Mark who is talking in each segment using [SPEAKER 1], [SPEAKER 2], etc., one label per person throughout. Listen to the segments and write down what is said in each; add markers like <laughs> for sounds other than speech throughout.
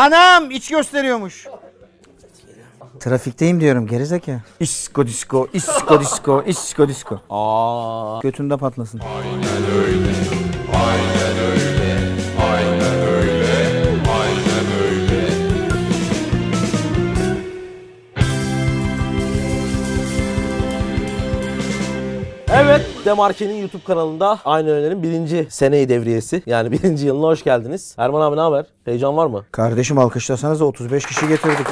[SPEAKER 1] Anam iç gösteriyormuş.
[SPEAKER 2] Trafikteyim diyorum gerizekalı.
[SPEAKER 1] İsko disko, isko disko, isko disko.
[SPEAKER 2] Aa, Götünde patlasın.
[SPEAKER 3] Evet, Demarke'nin YouTube kanalında aynı önerin birinci seneyi devriyesi. Yani <laughs> birinci yılına hoş geldiniz. Erman abi ne haber? Heyecan var mı?
[SPEAKER 2] Kardeşim alkışlasanız da 35 kişi getirdik.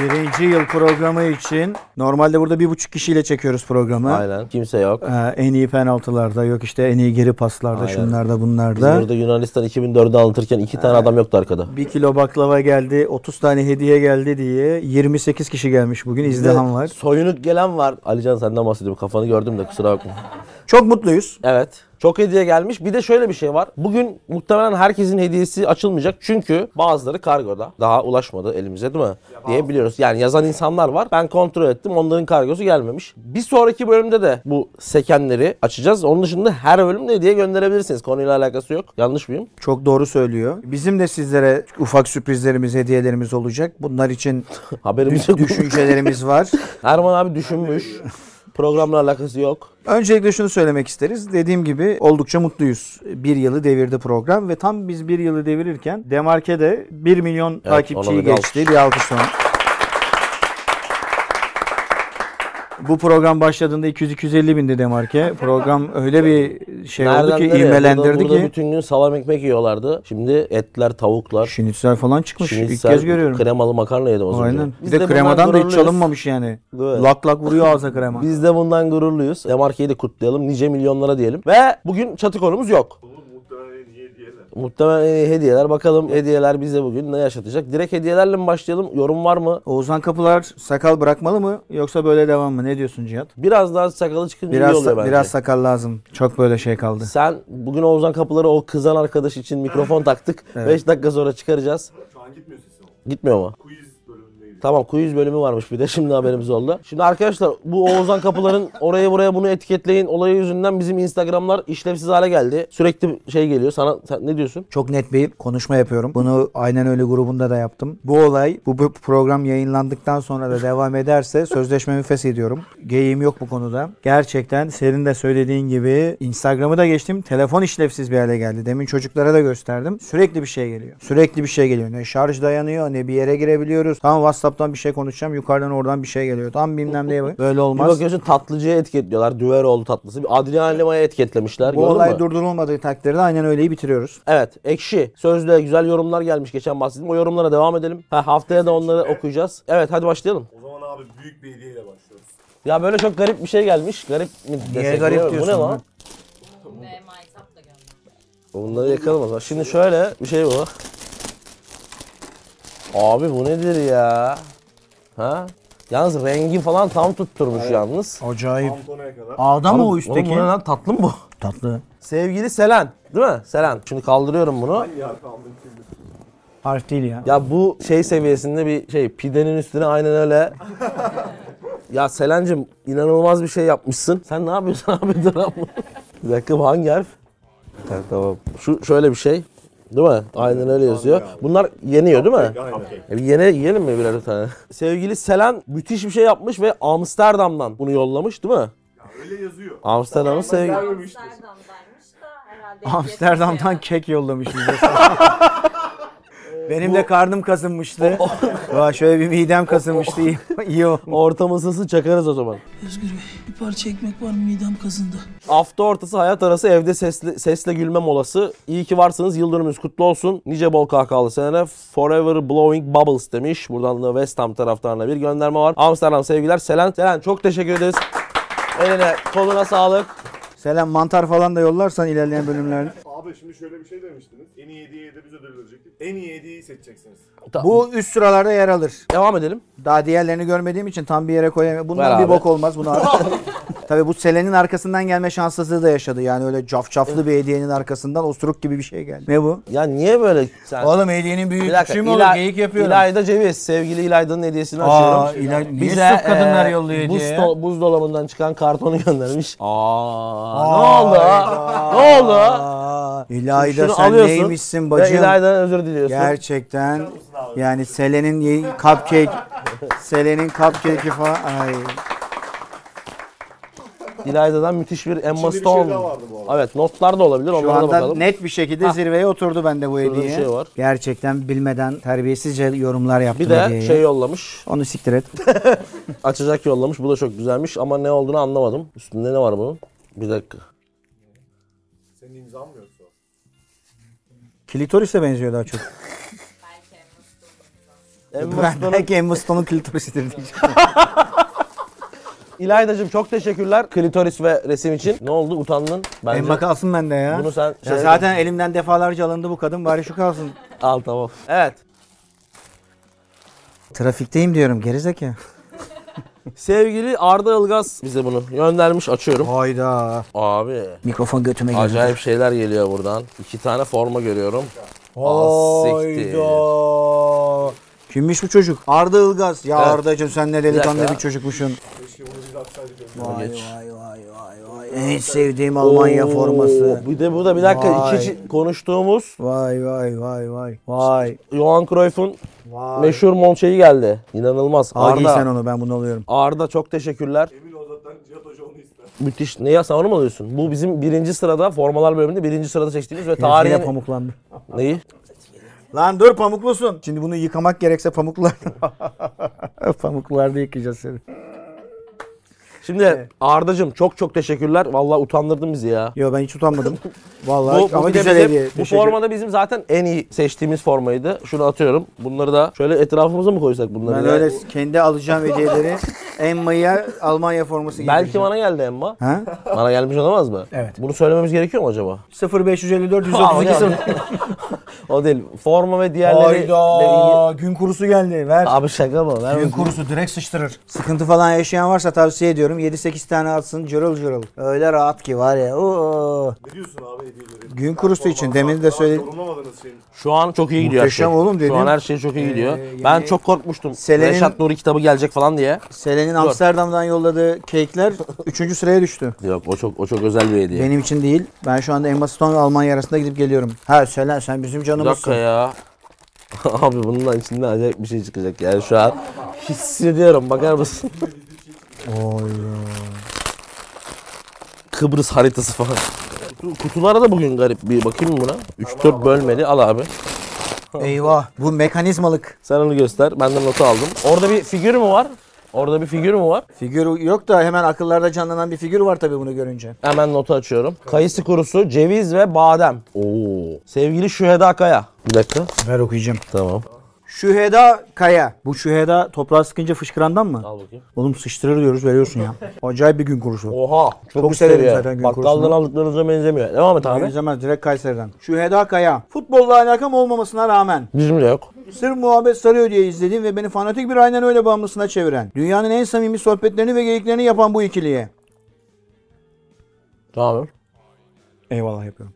[SPEAKER 1] Birinci yıl programı için
[SPEAKER 2] Normalde burada bir buçuk kişiyle çekiyoruz programı.
[SPEAKER 3] Aynen. Kimse yok.
[SPEAKER 2] Ee, en iyi penaltılarda yok işte en iyi geri paslarda
[SPEAKER 3] Aynen.
[SPEAKER 2] şunlarda
[SPEAKER 3] Biz
[SPEAKER 2] bunlarda.
[SPEAKER 3] burada Yunanistan 2004'ü anlatırken iki tane adam yoktu arkada.
[SPEAKER 2] Bir kilo baklava geldi 30 tane hediye geldi diye 28 kişi gelmiş bugün izdiham var.
[SPEAKER 3] Soyunuk gelen var. Alican senden bahsediyorum. Kafanı gördüm de kusura bakma.
[SPEAKER 2] Çok mutluyuz.
[SPEAKER 3] Evet. Çok hediye gelmiş. Bir de şöyle bir şey var. Bugün muhtemelen herkesin hediyesi açılmayacak. Çünkü bazıları kargoda. Daha ulaşmadı elimize değil mi? diye biliyoruz. Yani yazan insanlar var. Ben kontrol ettim. Onların kargosu gelmemiş. Bir sonraki bölümde de bu sekenleri açacağız. Onun dışında her bölümde hediye gönderebilirsiniz. Konuyla alakası yok.
[SPEAKER 2] <laughs>
[SPEAKER 3] Yanlış mıyım?
[SPEAKER 2] Çok doğru söylüyor. Bizim de sizlere ufak sürprizlerimiz, hediyelerimiz olacak. Bunlar
[SPEAKER 3] <laughs>
[SPEAKER 2] için
[SPEAKER 3] Haberimiz yok.
[SPEAKER 2] düşüncelerimiz var.
[SPEAKER 3] <laughs> Erman
[SPEAKER 2] <laughs>
[SPEAKER 3] abi düşünmüş. Programla alakası yok.
[SPEAKER 2] Öncelikle şunu söylemek isteriz. Dediğim gibi oldukça mutluyuz. Bir yılı devirdi program ve tam biz bir yılı devirirken Demarke'de 1 milyon
[SPEAKER 3] ona
[SPEAKER 2] takipçiyi
[SPEAKER 3] bir alkış.
[SPEAKER 2] geçti. Bir alkış son. Bu program başladığında 200-250 bindi Demarke. Program öyle bir şey oldu ki
[SPEAKER 3] nereye?
[SPEAKER 2] ivmelendirdi
[SPEAKER 3] Burada, burada
[SPEAKER 2] ki.
[SPEAKER 3] bütün gün salam ekmek yiyorlardı. Şimdi etler, tavuklar,
[SPEAKER 2] Şinitsel falan çıkmış.
[SPEAKER 3] Şimdi
[SPEAKER 2] İlk
[SPEAKER 3] sen
[SPEAKER 2] kez görüyorum.
[SPEAKER 3] Kremalı makarna yedim az önce.
[SPEAKER 2] Aynen.
[SPEAKER 3] Biz
[SPEAKER 2] Bir de, kremadan da hiç
[SPEAKER 3] bundan gururluyuz.
[SPEAKER 2] çalınmamış yani.
[SPEAKER 3] Evet.
[SPEAKER 2] Lak lak vuruyor ağza krema.
[SPEAKER 3] Biz de bundan gururluyuz. Demarke'yi de kutlayalım. Nice milyonlara diyelim. Ve bugün çatı konumuz yok. Muhtemelen en iyi hediyeler. Bakalım hediyeler bize bugün ne yaşatacak. Direkt hediyelerle mi başlayalım? Yorum var mı?
[SPEAKER 2] Oğuzhan Kapılar sakal bırakmalı mı yoksa böyle devam mı? Ne diyorsun Cihat?
[SPEAKER 3] Biraz daha sakalı çıkınca iyi
[SPEAKER 2] Biraz
[SPEAKER 3] oluyor bence.
[SPEAKER 2] biraz sakal lazım. Çok böyle şey kaldı.
[SPEAKER 3] Sen bugün Oğuzhan Kapıları o kızan arkadaş için
[SPEAKER 2] <laughs>
[SPEAKER 3] mikrofon taktık. 5 dakika sonra çıkaracağız.
[SPEAKER 4] Şu an gitmiyor sesim ama.
[SPEAKER 3] Gitmiyor mu?
[SPEAKER 4] Quiz bölümünde gidiyor.
[SPEAKER 3] Tamam quiz bölümü varmış bir de şimdi haberimiz oldu. Şimdi arkadaşlar bu Oğuzhan Kapılar'ın oraya buraya bunu etiketleyin olayı yüzünden bizim Instagram'lar işlevsiz hale geldi. Sürekli şey geliyor sana sen ne diyorsun?
[SPEAKER 2] Çok net bir konuşma yapıyorum. Bunu aynen öyle grubunda da yaptım. Bu olay bu, bu program yayınlandıktan sonra da devam ederse <laughs> sözleşmemi feshediyorum. Geyiğim yok bu konuda. Gerçekten senin de söylediğin gibi Instagram'ı da geçtim. Telefon işlevsiz bir hale geldi. Demin çocuklara da gösterdim. Sürekli bir şey geliyor. Sürekli bir şey geliyor. Ne şarj dayanıyor ne bir yere girebiliyoruz. Tam WhatsApp'tan bir şey konuşacağım. Yukarıdan oradan bir şey geliyor. Tam bilmem neye böyle
[SPEAKER 3] Bir
[SPEAKER 2] olmaz.
[SPEAKER 3] bakıyorsun tatlıcıya etiketliyorlar. Düveroğlu tatlısı. Bir Adrian Lima'ya etiketlemişler.
[SPEAKER 2] Bu
[SPEAKER 3] gördün
[SPEAKER 2] olay
[SPEAKER 3] mü?
[SPEAKER 2] durdurulmadığı takdirde aynen öyleyi bitiriyoruz.
[SPEAKER 3] Evet ekşi. Sözde güzel yorumlar gelmiş geçen bahsettim. O yorumlara devam edelim. Ha, haftaya da onları okuyacağız. Evet hadi başlayalım.
[SPEAKER 4] O zaman abi büyük bir hediyeyle başlıyoruz.
[SPEAKER 3] Ya böyle çok garip bir şey gelmiş. Garip mi desek?
[SPEAKER 2] garip
[SPEAKER 3] bilmiyorum. Bu ne
[SPEAKER 2] diyorsun
[SPEAKER 3] lan?
[SPEAKER 2] lan?
[SPEAKER 5] Ve maytap da geldi.
[SPEAKER 3] Bunları yakalım o zaman. Şimdi şöyle bir şey bu. Abi bu nedir ya? Ha? Yalnız rengi falan tam tutturmuş yalnız.
[SPEAKER 2] Acayip.
[SPEAKER 4] Antona'ya kadar.
[SPEAKER 2] Ağda mı o
[SPEAKER 3] Oğlum bu
[SPEAKER 2] üstteki?
[SPEAKER 3] ne lan tatlı mı bu? <laughs>
[SPEAKER 2] Tatlı.
[SPEAKER 3] Sevgili Selen. Değil mi? Selen. Şimdi kaldırıyorum bunu.
[SPEAKER 4] Ya kaldım şimdi.
[SPEAKER 2] Harf değil ya.
[SPEAKER 3] Ya bu şey seviyesinde bir şey pidenin üstüne aynen öyle. ya Selen'cim inanılmaz bir şey yapmışsın. Sen ne yapıyorsun <laughs> abi dur lan. bir dakika bu hangi harf? Ha, tamam. Şu şöyle bir şey. Değil mi? Aynen öyle yazıyor. Bunlar yeniyor değil mi?
[SPEAKER 4] Aynen.
[SPEAKER 3] E bir yene yiyelim mi birer tane? Sevgili Selen müthiş bir şey yapmış ve Amsterdam'dan bunu yollamış değil mi?
[SPEAKER 4] Ya öyle yazıyor.
[SPEAKER 3] Amsterdam'ın sevgili...
[SPEAKER 4] Gelmemiştir.
[SPEAKER 5] Amsterdam'daymış da herhalde.
[SPEAKER 2] Amsterdam'dan kek yollamış bize. <laughs> Benim de karnım kazınmıştı. Vay, şöyle bir midem kazınmıştı. İyi, iyi o.
[SPEAKER 3] Ortam ısısı çakarız o zaman.
[SPEAKER 6] Özgür Bey bir parça ekmek var mı midem kazındı.
[SPEAKER 3] Hafta ortası hayat arası evde sesli, sesle gülme molası. İyi ki varsınız. Yıl dönümünüz kutlu olsun. Nice bol kahkahalı senere. Forever Blowing Bubbles demiş. Buradan da West Ham taraftarına bir gönderme var. Amsterdam sevgiler. Selen. Selen çok teşekkür ederiz. Eline koluna sağlık.
[SPEAKER 2] Selam mantar falan da yollarsan ilerleyen bölümlerde.
[SPEAKER 4] Abi şimdi şöyle bir şey demiştiniz. En iyi hediyeyi de biz ödül verecektik. En iyi hediyeyi seçeceksiniz.
[SPEAKER 2] Bu üst sıralarda yer alır.
[SPEAKER 3] Devam edelim.
[SPEAKER 2] Daha diğerlerini görmediğim için tam bir yere koyamıyorum.
[SPEAKER 3] Ver
[SPEAKER 2] Bundan
[SPEAKER 3] abi.
[SPEAKER 2] bir bok olmaz. <laughs> Bunu abi. Tabii bu Selen'in arkasından gelme şanssızlığı da yaşadı. Yani öyle cafcaflı bir hediyenin arkasından osuruk gibi bir şey geldi. Ne bu?
[SPEAKER 3] Ya niye böyle sen?
[SPEAKER 2] Oğlum hediyenin büyük
[SPEAKER 3] Bir dakika.
[SPEAKER 2] küçüğü mü olur?
[SPEAKER 3] İla-
[SPEAKER 2] Geyik yapıyorum.
[SPEAKER 3] İlayda Ceviz. Sevgili İlayda'nın hediyesini açıyorum.
[SPEAKER 2] Aa, İlay- niye
[SPEAKER 3] Bize
[SPEAKER 2] sırf kadınlar
[SPEAKER 3] eee,
[SPEAKER 2] yolluyor
[SPEAKER 3] buz
[SPEAKER 2] hediye ya?
[SPEAKER 3] to- buzdolabından çıkan kartonu göndermiş. Aa, ne oldu? Ne oldu?
[SPEAKER 2] Aa, İlayda
[SPEAKER 3] Şunu
[SPEAKER 2] sen
[SPEAKER 3] alıyorsun
[SPEAKER 2] neymişsin
[SPEAKER 3] ve
[SPEAKER 2] bacım?
[SPEAKER 3] İlayda'dan özür diliyorsun.
[SPEAKER 2] Gerçekten yani Selen'in ye- cupcake Selen'in cupcake'i falan ay
[SPEAKER 3] İlayda'dan müthiş bir Emma
[SPEAKER 4] bir şey
[SPEAKER 3] Stone.
[SPEAKER 4] daha vardı bu arada.
[SPEAKER 3] evet notlar da olabilir
[SPEAKER 2] şu
[SPEAKER 3] onlara da
[SPEAKER 2] anda
[SPEAKER 3] bakalım.
[SPEAKER 2] net bir şekilde zirveye oturdu bende bu
[SPEAKER 3] Şurada bir
[SPEAKER 2] hediye.
[SPEAKER 3] şey var.
[SPEAKER 2] Gerçekten bilmeden terbiyesizce yorumlar yaptım
[SPEAKER 3] Bir de
[SPEAKER 2] hediyeye.
[SPEAKER 3] şey yollamış.
[SPEAKER 2] Onu siktir
[SPEAKER 3] <laughs>
[SPEAKER 2] et.
[SPEAKER 3] Açacak yollamış. Bu da çok güzelmiş ama ne olduğunu anlamadım. Üstünde ne var bunun? Bir dakika.
[SPEAKER 4] Senin imzan mı yoksa?
[SPEAKER 2] Klitoris'e benziyor daha
[SPEAKER 3] <laughs>
[SPEAKER 2] çok.
[SPEAKER 5] Belki en basit olur.
[SPEAKER 3] Emma
[SPEAKER 2] ben
[SPEAKER 3] Stone'un
[SPEAKER 2] belki Emma Stone'un klitorisidir diyeceğim.
[SPEAKER 3] İlayda'cığım çok teşekkürler. Klitoris ve resim için. Ne oldu? Utandın. Bence
[SPEAKER 2] Emma kalsın bende ya.
[SPEAKER 3] Bunu sen
[SPEAKER 2] ya
[SPEAKER 3] şey-
[SPEAKER 2] zaten elimden defalarca alındı bu kadın bari şu kalsın.
[SPEAKER 3] al tamam. Evet.
[SPEAKER 2] Trafikteyim diyorum gerizekalı.
[SPEAKER 3] Sevgili Arda Ilgaz bize bunu göndermiş. Açıyorum.
[SPEAKER 2] Hayda.
[SPEAKER 3] Abi.
[SPEAKER 2] Mikrofon götüme girdi.
[SPEAKER 3] Acayip şeyler geliyor buradan. İki tane forma görüyorum. Ah, siktir.
[SPEAKER 2] Hayda. Kimmiş bu çocuk? Arda Ilgaz. Ya Arda'cığım sen ne delikanlı
[SPEAKER 3] dakika.
[SPEAKER 2] bir çocukmuşsun. Vay
[SPEAKER 3] Geç.
[SPEAKER 2] vay vay vay vay. En sevdiğim Almanya
[SPEAKER 3] Oo,
[SPEAKER 2] forması.
[SPEAKER 3] Bir de bu da bir dakika
[SPEAKER 2] Vay.
[SPEAKER 3] iki çi- konuştuğumuz
[SPEAKER 2] Vay vay vay vay. Vay.
[SPEAKER 3] Johan Cruyff'un
[SPEAKER 2] Vay.
[SPEAKER 3] meşhur Monçe'yi geldi. İnanılmaz.
[SPEAKER 2] Al giy
[SPEAKER 3] Arda.
[SPEAKER 2] sen onu ben bunu alıyorum.
[SPEAKER 3] Arda çok teşekkürler.
[SPEAKER 4] Emin ol zaten Cihat Hoca onu ister.
[SPEAKER 3] Müthiş. Ne ya sen onu mu alıyorsun? Bu bizim birinci sırada formalar bölümünde birinci sırada seçtiğimiz ve
[SPEAKER 2] Tarihe
[SPEAKER 3] tarihin...
[SPEAKER 2] pamuklandı.
[SPEAKER 3] Neyi?
[SPEAKER 2] Lan dur pamuklusun. Şimdi bunu yıkamak gerekse pamuklar. <laughs> Pamuklarda yıkayacağız seni.
[SPEAKER 3] Şimdi Arda'cığım çok çok teşekkürler. Vallahi utandırdın bizi ya.
[SPEAKER 2] Yo ben hiç utanmadım. <laughs>
[SPEAKER 3] Bu,
[SPEAKER 2] Vallahi ama
[SPEAKER 3] bu, bir de
[SPEAKER 2] güzel
[SPEAKER 3] bizim-
[SPEAKER 2] hediye.
[SPEAKER 3] bu
[SPEAKER 2] Teşekkür-
[SPEAKER 3] formada bizim zaten en iyi seçtiğimiz formaydı. Şunu atıyorum. Bunları da şöyle etrafımıza mı koysak bunları?
[SPEAKER 2] Ben
[SPEAKER 3] ya?
[SPEAKER 2] öyle kendi alacağım hediyeleri Emma'ya Almanya forması
[SPEAKER 3] Belki
[SPEAKER 2] giydireceğim.
[SPEAKER 3] bana geldi Emma.
[SPEAKER 2] Ha?
[SPEAKER 3] Bana gelmiş olamaz mı?
[SPEAKER 2] Evet.
[SPEAKER 3] Bunu söylememiz gerekiyor mu acaba?
[SPEAKER 2] 0554
[SPEAKER 3] Aa,
[SPEAKER 2] 132
[SPEAKER 3] o değil. <laughs> o değil. Forma ve diğerleri...
[SPEAKER 2] Hayda gün kurusu geldi ver.
[SPEAKER 3] Abi şaka mı? Ver
[SPEAKER 2] Gün
[SPEAKER 3] bakayım.
[SPEAKER 2] kurusu direkt sıçtırır. Sıkıntı falan yaşayan varsa tavsiye ediyorum. 7-8 tane atsın cırıl cırıl. Öyle rahat ki var ya. Oo.
[SPEAKER 4] Ne diyorsun abi hediyeleri?
[SPEAKER 2] Gün kurusu için demin de
[SPEAKER 4] Daha
[SPEAKER 2] söyledim.
[SPEAKER 4] Yorumlamadığınız şeyin.
[SPEAKER 3] Şu an çok iyi gidiyor. her
[SPEAKER 2] Muhteşem
[SPEAKER 3] şey.
[SPEAKER 2] oğlum
[SPEAKER 3] Şu
[SPEAKER 2] dedim.
[SPEAKER 3] an her şey çok iyi gidiyor.
[SPEAKER 2] yeni-
[SPEAKER 3] Ben çok korkmuştum.
[SPEAKER 2] Selen'in-
[SPEAKER 3] Reşat Nuri kitabı gelecek falan diye.
[SPEAKER 2] Selen'in Amsterdam'dan yolladığı kekler 3. sıraya düştü.
[SPEAKER 3] Yok o çok o çok özel bir hediye.
[SPEAKER 2] Benim için değil. Ben şu anda Emma Stone ve Almanya arasında gidip geliyorum. Ha Selen sen bizim
[SPEAKER 3] Bir dakika
[SPEAKER 2] canımızsın.
[SPEAKER 3] ya. <laughs> Abi bunun içinden acayip bir şey çıkacak yani şu an hissediyorum bakar mısın?
[SPEAKER 2] Oy.
[SPEAKER 3] Kıbrıs haritası falan. Kutu- Kutulara da bugün garip bir bakayım mı buna. 3-4 bölmeli al abi.
[SPEAKER 2] Eyvah. Bu mekanizmalık.
[SPEAKER 3] Sen onu göster. Ben de notu aldım. Orada bir figür mü var? Orada bir figür mü var?
[SPEAKER 2] Figür yok da hemen akıllarda canlanan bir figür var tabii bunu görünce.
[SPEAKER 3] Hemen notu açıyorum. Kayısı kurusu, ceviz ve badem. Oo. Sevgili Şüheda Kaya. Bir dakika.
[SPEAKER 2] Ver okuyacağım.
[SPEAKER 3] Tamam.
[SPEAKER 2] Şüheda Kaya. Bu şüheda toprağa sıkınca fışkırandan mı?
[SPEAKER 3] Al bakayım.
[SPEAKER 2] Oğlum sıçtırır diyoruz veriyorsun <laughs> ya. Acayip bir gün kurusu.
[SPEAKER 3] Oha. Çok,
[SPEAKER 2] Çok
[SPEAKER 3] çok
[SPEAKER 2] severim
[SPEAKER 3] severim
[SPEAKER 2] zaten gün
[SPEAKER 3] Bakkaldan
[SPEAKER 2] kurusunu.
[SPEAKER 3] aldıklarınıza benzemiyor. Devam et abi.
[SPEAKER 2] Benzemez direkt Kayseri'den. Şüheda Kaya. Futbolla alakam olmamasına rağmen
[SPEAKER 3] Bizim de yok.
[SPEAKER 2] Sırf muhabbet sarıyor diye izledim ve beni fanatik bir aynen öyle bağımlısına çeviren. Dünyanın en samimi sohbetlerini ve geyiklerini yapan bu ikiliye.
[SPEAKER 3] Tamam.
[SPEAKER 2] Eyvallah yapıyorum.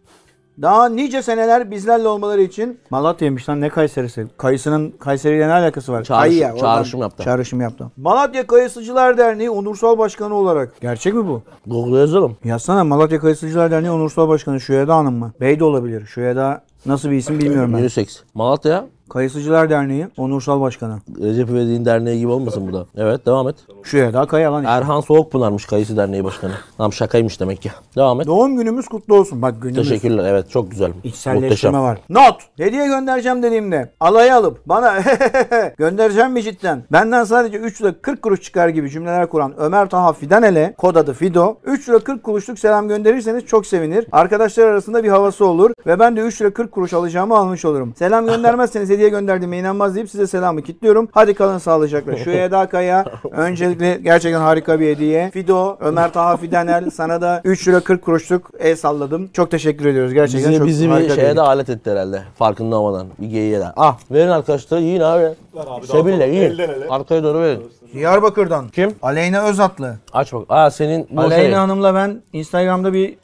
[SPEAKER 2] Daha nice seneler bizlerle olmaları için Malatya'ymış lan ne Kayseri'si? Kayısının Kayseri'yle ne alakası var?
[SPEAKER 3] Çağrışım-
[SPEAKER 2] Kayı ya, oradan
[SPEAKER 3] çağrışım yaptı.
[SPEAKER 2] Çağrışım yaptı. Malatya Kayısıcılar Derneği Onursal Başkanı olarak. Gerçek mi bu?
[SPEAKER 3] Google'a yazalım.
[SPEAKER 2] Yazsana Malatya Kayısıcılar Derneği Onursal Başkanı Şüheda Hanım mı? Bey de olabilir. Şüheda nasıl bir isim bilmiyorum ben.
[SPEAKER 3] Unisex. Malatya.
[SPEAKER 2] Kayısıcılar Derneği Onursal Başkanı.
[SPEAKER 3] Recep İvedik'in derneği gibi olmasın bu da. Evet devam et.
[SPEAKER 2] Şüheda Kaya lan.
[SPEAKER 3] Erhan Soğukpınar'mış Kayısı Derneği Başkanı. Tamam şakaymış demek ki. Devam et.
[SPEAKER 2] Doğum günümüz kutlu olsun. Bak günümüz.
[SPEAKER 3] Teşekkürler. Evet çok güzel.
[SPEAKER 2] İçselleştirme
[SPEAKER 3] Muhteşem.
[SPEAKER 2] var. Not. Hediye göndereceğim dediğimde alaya alıp bana <laughs> göndereceğim mi cidden? Benden sadece 3 lira 40 kuruş çıkar gibi cümleler kuran Ömer Taha Fidanel'e kod adı Fido 3 lira 40 kuruşluk selam gönderirseniz çok sevinir. Arkadaşlar arasında bir havası olur ve ben de 3 lira 40 kuruş alacağımı almış olurum. Selam göndermezseniz hediye gönderdiğime inanmaz deyip size selamı kilitliyorum. Hadi kalın sağlıcakla. Şu Eda Kaya öncelikle gerçekten harika bir hediye. Fido, Ömer Taha Fidanel sana da 3 lira 40 kuruşluk el salladım. Çok teşekkür ediyoruz. Gerçekten Gerçekten
[SPEAKER 3] Bizi,
[SPEAKER 2] çok
[SPEAKER 3] bizi bir
[SPEAKER 2] harika
[SPEAKER 3] şeye
[SPEAKER 2] değil.
[SPEAKER 3] de alet etti herhalde. Farkında olmadan. Bir geyiğe de. Ah verin arkadaşlar yiyin abi.
[SPEAKER 4] abi,
[SPEAKER 3] Sebil'le
[SPEAKER 4] dağıtalım.
[SPEAKER 3] yiyin.
[SPEAKER 4] Elden ele.
[SPEAKER 3] Arkaya doğru verin.
[SPEAKER 2] Diyarbakır'dan.
[SPEAKER 3] Kim?
[SPEAKER 2] Aleyna Özatlı.
[SPEAKER 3] Aç bak. Aa senin bu
[SPEAKER 2] Aleyna
[SPEAKER 3] şey.
[SPEAKER 2] Hanım'la ben Instagram'da bir...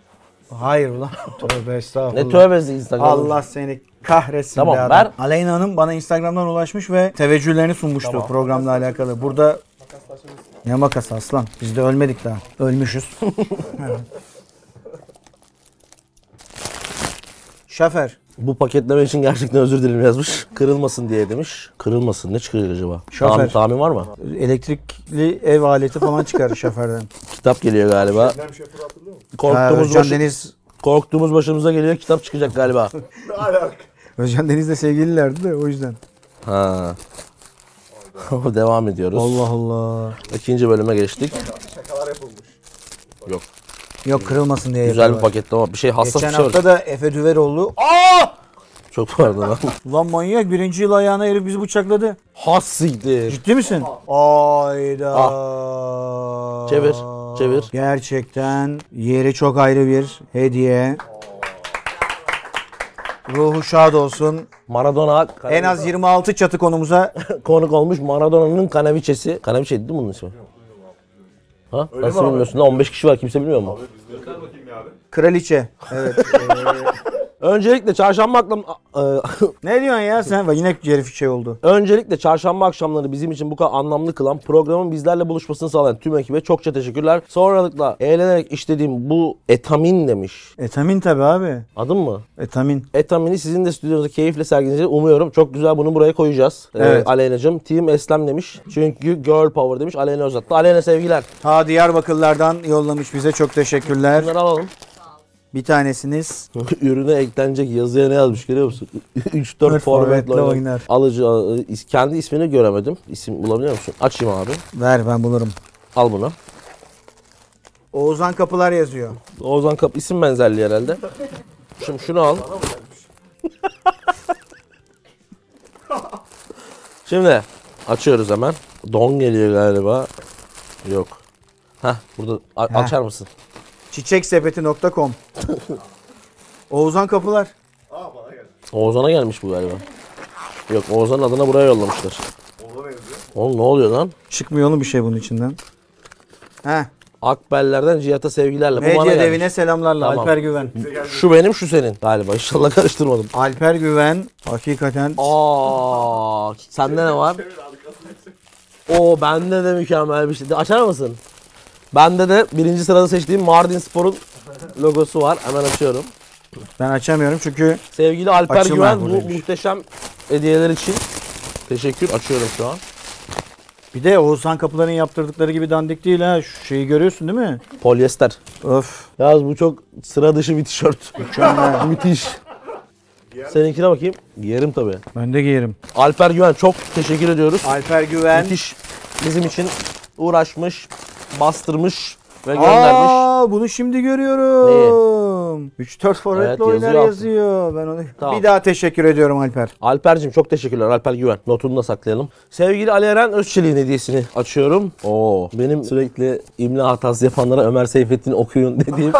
[SPEAKER 2] Hayır ulan. <laughs> Tövbe estağfurullah.
[SPEAKER 3] Ne tövbesi Instagram.
[SPEAKER 2] Allah seni kahretsin
[SPEAKER 3] Tamam,
[SPEAKER 2] be adam.
[SPEAKER 3] ver.
[SPEAKER 2] Aleyna Hanım bana Instagram'dan ulaşmış ve teveccühlerini sunmuştu programla alakalı. Burada ne makası aslan? Biz de ölmedik daha. <laughs> Ölmüşüz. Şoför.
[SPEAKER 3] Bu paketleme için gerçekten özür dilerim yazmış. Kırılmasın diye demiş. Kırılmasın ne çıkacak acaba?
[SPEAKER 2] Şoför.
[SPEAKER 3] Tahmin, tahmin var mı?
[SPEAKER 2] Elektrikli ev aleti falan çıkarır şoförden.
[SPEAKER 3] Kitap geliyor galiba.
[SPEAKER 4] Hem şoförü hatırlıyor musun?
[SPEAKER 2] Ha,
[SPEAKER 3] Korktuğumuz,
[SPEAKER 2] Özcan
[SPEAKER 3] başı-
[SPEAKER 2] Deniz
[SPEAKER 3] korktuğumuz başımıza geliyor kitap çıkacak galiba.
[SPEAKER 4] Ne alaka?
[SPEAKER 2] Özcan Deniz'le sevgililerdi de o yüzden.
[SPEAKER 3] ha. <laughs> Devam ediyoruz.
[SPEAKER 2] Allah Allah.
[SPEAKER 3] İkinci bölüme geçtik.
[SPEAKER 4] Şakalar yapılmış.
[SPEAKER 3] Yok.
[SPEAKER 2] Yok kırılmasın diye
[SPEAKER 3] Güzel bir
[SPEAKER 2] yapıyorlar.
[SPEAKER 3] paketleme. Bir şey hassas
[SPEAKER 2] Geçen
[SPEAKER 3] bir şey var.
[SPEAKER 2] hafta da Efe Düveroğlu. "Aa,
[SPEAKER 3] Çok pardon
[SPEAKER 2] <laughs>
[SPEAKER 3] lan.
[SPEAKER 1] Ulan manyak birinci yıl ayağına erip bizi bıçakladı.
[SPEAKER 3] Has siktir.
[SPEAKER 1] Ciddi misin?
[SPEAKER 2] Ayda.
[SPEAKER 3] Çevir. Çevir.
[SPEAKER 2] Gerçekten yeri çok ayrı bir hediye. Ruhu şad olsun.
[SPEAKER 3] Maradona
[SPEAKER 2] En az 26 çatı konumuza
[SPEAKER 3] konuk olmuş Maradona'nın kanaviçesi. Kanaviçe değil mi bunun ismi? Ha? Nasıl
[SPEAKER 4] mi abi?
[SPEAKER 3] bilmiyorsun? Lan 15 kişi var kimse bilmiyor mu?
[SPEAKER 2] kraliçe. Evet.
[SPEAKER 3] Öncelikle çarşamba akşam
[SPEAKER 2] ne diyorsun ya sen? Yine herif şey oldu.
[SPEAKER 3] <laughs> öncelikle çarşamba akşamları bizim için bu kadar anlamlı kılan programın bizlerle buluşmasını sağlayan tüm ekibe çokça teşekkürler. Sonralıkla eğlenerek işlediğim bu etamin demiş.
[SPEAKER 1] Etamin tabi abi.
[SPEAKER 3] Adın mı?
[SPEAKER 1] Etamin.
[SPEAKER 3] Etamini sizin de stüdyonuzda keyifle sergileyeceğini umuyorum. Çok güzel bunu buraya koyacağız. Ee,
[SPEAKER 2] Evet.
[SPEAKER 3] Aleyna'cığım. Team Eslem demiş. Çünkü girl power demiş. Aleyna uzattı. Aleyna sevgiler.
[SPEAKER 2] Ta Diyarbakırlardan yollamış bize çok teşekkürler.
[SPEAKER 3] Bunları alalım.
[SPEAKER 2] Bir tanesiniz
[SPEAKER 3] <laughs> Ürüne eklenecek yazıya ne yazmış görüyor musun? <laughs>
[SPEAKER 2] Dört
[SPEAKER 3] 3-4 forvetle
[SPEAKER 2] forvetle
[SPEAKER 3] oynar.
[SPEAKER 2] oynar.
[SPEAKER 3] Alıcı, alı- is- kendi ismini göremedim. İsim bulabiliyor musun? Açayım abi.
[SPEAKER 2] ver ben bulurum.
[SPEAKER 3] Al bunu.
[SPEAKER 2] Oğuzhan Kapılar yazıyor.
[SPEAKER 3] Oğuzhan Kap isim benzerliği herhalde. Şimdi şunu al. <laughs> Şimdi açıyoruz hemen. Don geliyor galiba. Yok. Heh burada a- açar mısın?
[SPEAKER 2] Çiçeksepeti.com Oğuzhan Kapılar.
[SPEAKER 4] Aa bana geldi.
[SPEAKER 3] Oğuzhan'a gelmiş bu galiba. Yok Oğuzhan'ın adına buraya yollamışlar.
[SPEAKER 4] Ona benziyor.
[SPEAKER 3] Oğlum ne oluyor lan?
[SPEAKER 2] Çıkmıyor oğlum bir şey bunun içinden. Heh.
[SPEAKER 3] Akbellerden Cihat'a sevgilerle. Bu
[SPEAKER 2] Medya
[SPEAKER 3] bana gelmiş.
[SPEAKER 2] devine selamlarla
[SPEAKER 3] Tamam.
[SPEAKER 2] Alper Güven.
[SPEAKER 3] Şu benim şu senin galiba. İnşallah karıştırmadım.
[SPEAKER 2] Alper Güven hakikaten
[SPEAKER 3] Aa, sende ne var? O bende de mükemmel bir şey. Açar mısın? Bende de birinci sırada seçtiğim Mardin Spor'un logosu var. Hemen açıyorum.
[SPEAKER 2] ben açamıyorum çünkü
[SPEAKER 3] Sevgili Alper
[SPEAKER 2] Açılma
[SPEAKER 3] Güven bu
[SPEAKER 2] buradaymış.
[SPEAKER 3] muhteşem hediyeler için teşekkür. Açıyorum şu an.
[SPEAKER 1] Bir de Oğuzhan Kapılar'ın yaptırdıkları gibi dandik değil ha. Şu şeyi görüyorsun değil mi?
[SPEAKER 3] Polyester.
[SPEAKER 2] öf
[SPEAKER 3] Yalnız bu çok sıra dışı bir tişört. <laughs> Müthiş. Seninkine bakayım. Giyerim tabii.
[SPEAKER 1] Ben de giyerim.
[SPEAKER 3] Alper Güven çok teşekkür ediyoruz.
[SPEAKER 2] Alper Güven.
[SPEAKER 3] Müthiş bizim için uğraşmış, bastırmış ve göndermiş.
[SPEAKER 1] Aa bunu şimdi görüyorum. 3-4 forvetle
[SPEAKER 3] Evet,
[SPEAKER 1] oynar
[SPEAKER 3] yazıyor
[SPEAKER 1] yazıyor.
[SPEAKER 3] altında.
[SPEAKER 1] Ben onu
[SPEAKER 3] Tamam.
[SPEAKER 2] Bir daha teşekkür ediyorum Alper.
[SPEAKER 3] Alper'cim çok teşekkürler Alper Güven. Notunu da saklayalım. Sevgili Ali Eren Özçelik'in hediyesini açıyorum. Oo. Benim sürekli imla hatası yapanlara Ömer Seyfettin okuyun dediğim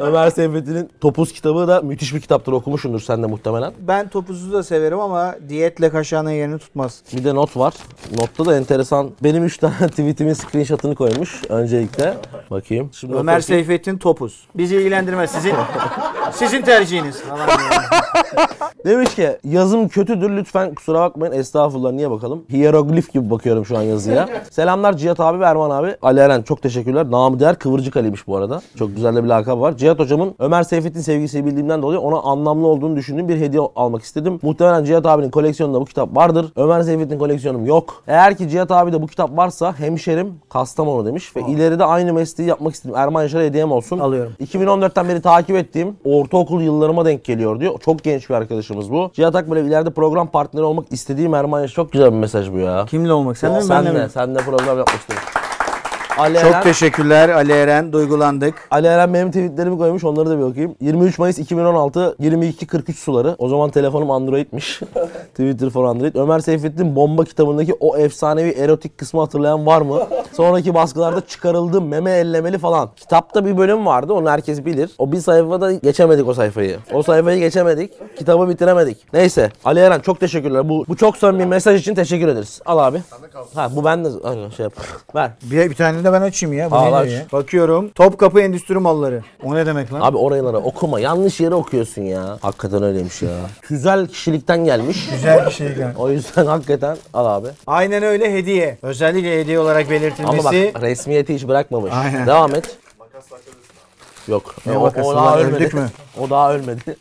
[SPEAKER 3] Ömer Seyfettin'in Topuz kitabı da müthiş bir kitaptır okumuşsundur sen de muhtemelen.
[SPEAKER 2] Ben topuzu da severim ama diyetle kaşağının yerini tutmaz.
[SPEAKER 3] Bir de not var. Notta da enteresan. Benim 3 tane <laughs> tweetimin screenshot'ını koymuş öncelikle. Bakayım. Şimdi
[SPEAKER 2] Ömer
[SPEAKER 3] notu-
[SPEAKER 2] Seyfettin Topuz. Bizi ilgilendirmez
[SPEAKER 3] <laughs>
[SPEAKER 2] sizin. sizin tercihiniz. Falan diyor.
[SPEAKER 3] Demiş ki yazım kötüdür lütfen kusura bakmayın estağfurullah niye bakalım. Hieroglif gibi bakıyorum şu an yazıya. Selamlar Cihat abi ve Erman abi. Ali Eren çok teşekkürler. Namı değer Kıvırcık Ali'ymiş bu arada. Çok güzel de bir lakabı var. Cihat hocamın Ömer Seyfettin sevgisini bildiğimden dolayı ona anlamlı olduğunu düşündüğüm bir hediye almak istedim. Muhtemelen Cihat abinin koleksiyonunda bu kitap vardır. Ömer Seyfettin koleksiyonum yok. Eğer ki Cihat abi de bu kitap varsa hemşerim Kastamonu demiş ve ileride aynı mesleği yapmak istedim. Erman Yaşar'a hediyem olsun.
[SPEAKER 2] Alıyorum.
[SPEAKER 3] 2014'ten beri takip ettiğim ortaokul yıllarıma denk geliyor diyor. Çok genç bir arkadaşımız bu. Cihat Akbel ileride program partneri olmak istediğim Erman Yaşar. Çok güzel bir mesaj bu ya.
[SPEAKER 1] Kimle olmak? Sen de mi
[SPEAKER 3] Sen
[SPEAKER 1] benle
[SPEAKER 3] de,
[SPEAKER 1] mi?
[SPEAKER 3] sen de program yapmak istiyorum. Ali
[SPEAKER 2] Çok
[SPEAKER 3] Eren-
[SPEAKER 2] teşekkürler Ali Eren. Duygulandık.
[SPEAKER 3] Ali Eren benim tweetlerimi koymuş onları da bir okuyayım. 23 Mayıs 2016 22.43 suları. O zaman telefonum Android'miş. Twitter for Android. Ömer Seyfettin bomba kitabındaki o efsanevi erotik kısmı hatırlayan var mı? Sonraki baskılarda çıkarıldı meme ellemeli falan. Kitapta bir bölüm vardı onu herkes bilir. O bir sayfada geçemedik o sayfayı. O sayfayı geçemedik. Kitabı bitiremedik. Neyse Ali Eren çok teşekkürler. Bu, bu çok samimi mesaj için teşekkür ederiz. Al abi. Ha bu ben de aynen şey yap. Ver.
[SPEAKER 2] Bir, bir tane de ben açayım ya. Bu
[SPEAKER 3] Al,
[SPEAKER 2] ne
[SPEAKER 3] aç.
[SPEAKER 2] ya? Bakıyorum. Topkapı Endüstri Malları. O ne demek lan?
[SPEAKER 3] Abi oraları okuma. Yanlış yere okuyorsun ya. Hakikaten öyleymiş ya. Güzel kişilikten gelmiş.
[SPEAKER 2] Güzel bir şey yani.
[SPEAKER 3] O yüzden <laughs> hakikaten al abi.
[SPEAKER 2] Aynen öyle hediye. Özellikle hediye olarak
[SPEAKER 3] Ama bak
[SPEAKER 2] belirtilmesi.
[SPEAKER 3] resmiyeti hiç bırakmamış.
[SPEAKER 2] Aynen.
[SPEAKER 3] Devam et. Yok. o, o
[SPEAKER 2] makası
[SPEAKER 3] daha
[SPEAKER 2] lan?
[SPEAKER 3] ölmedi.
[SPEAKER 2] Öldük mü?
[SPEAKER 3] O daha ölmedi.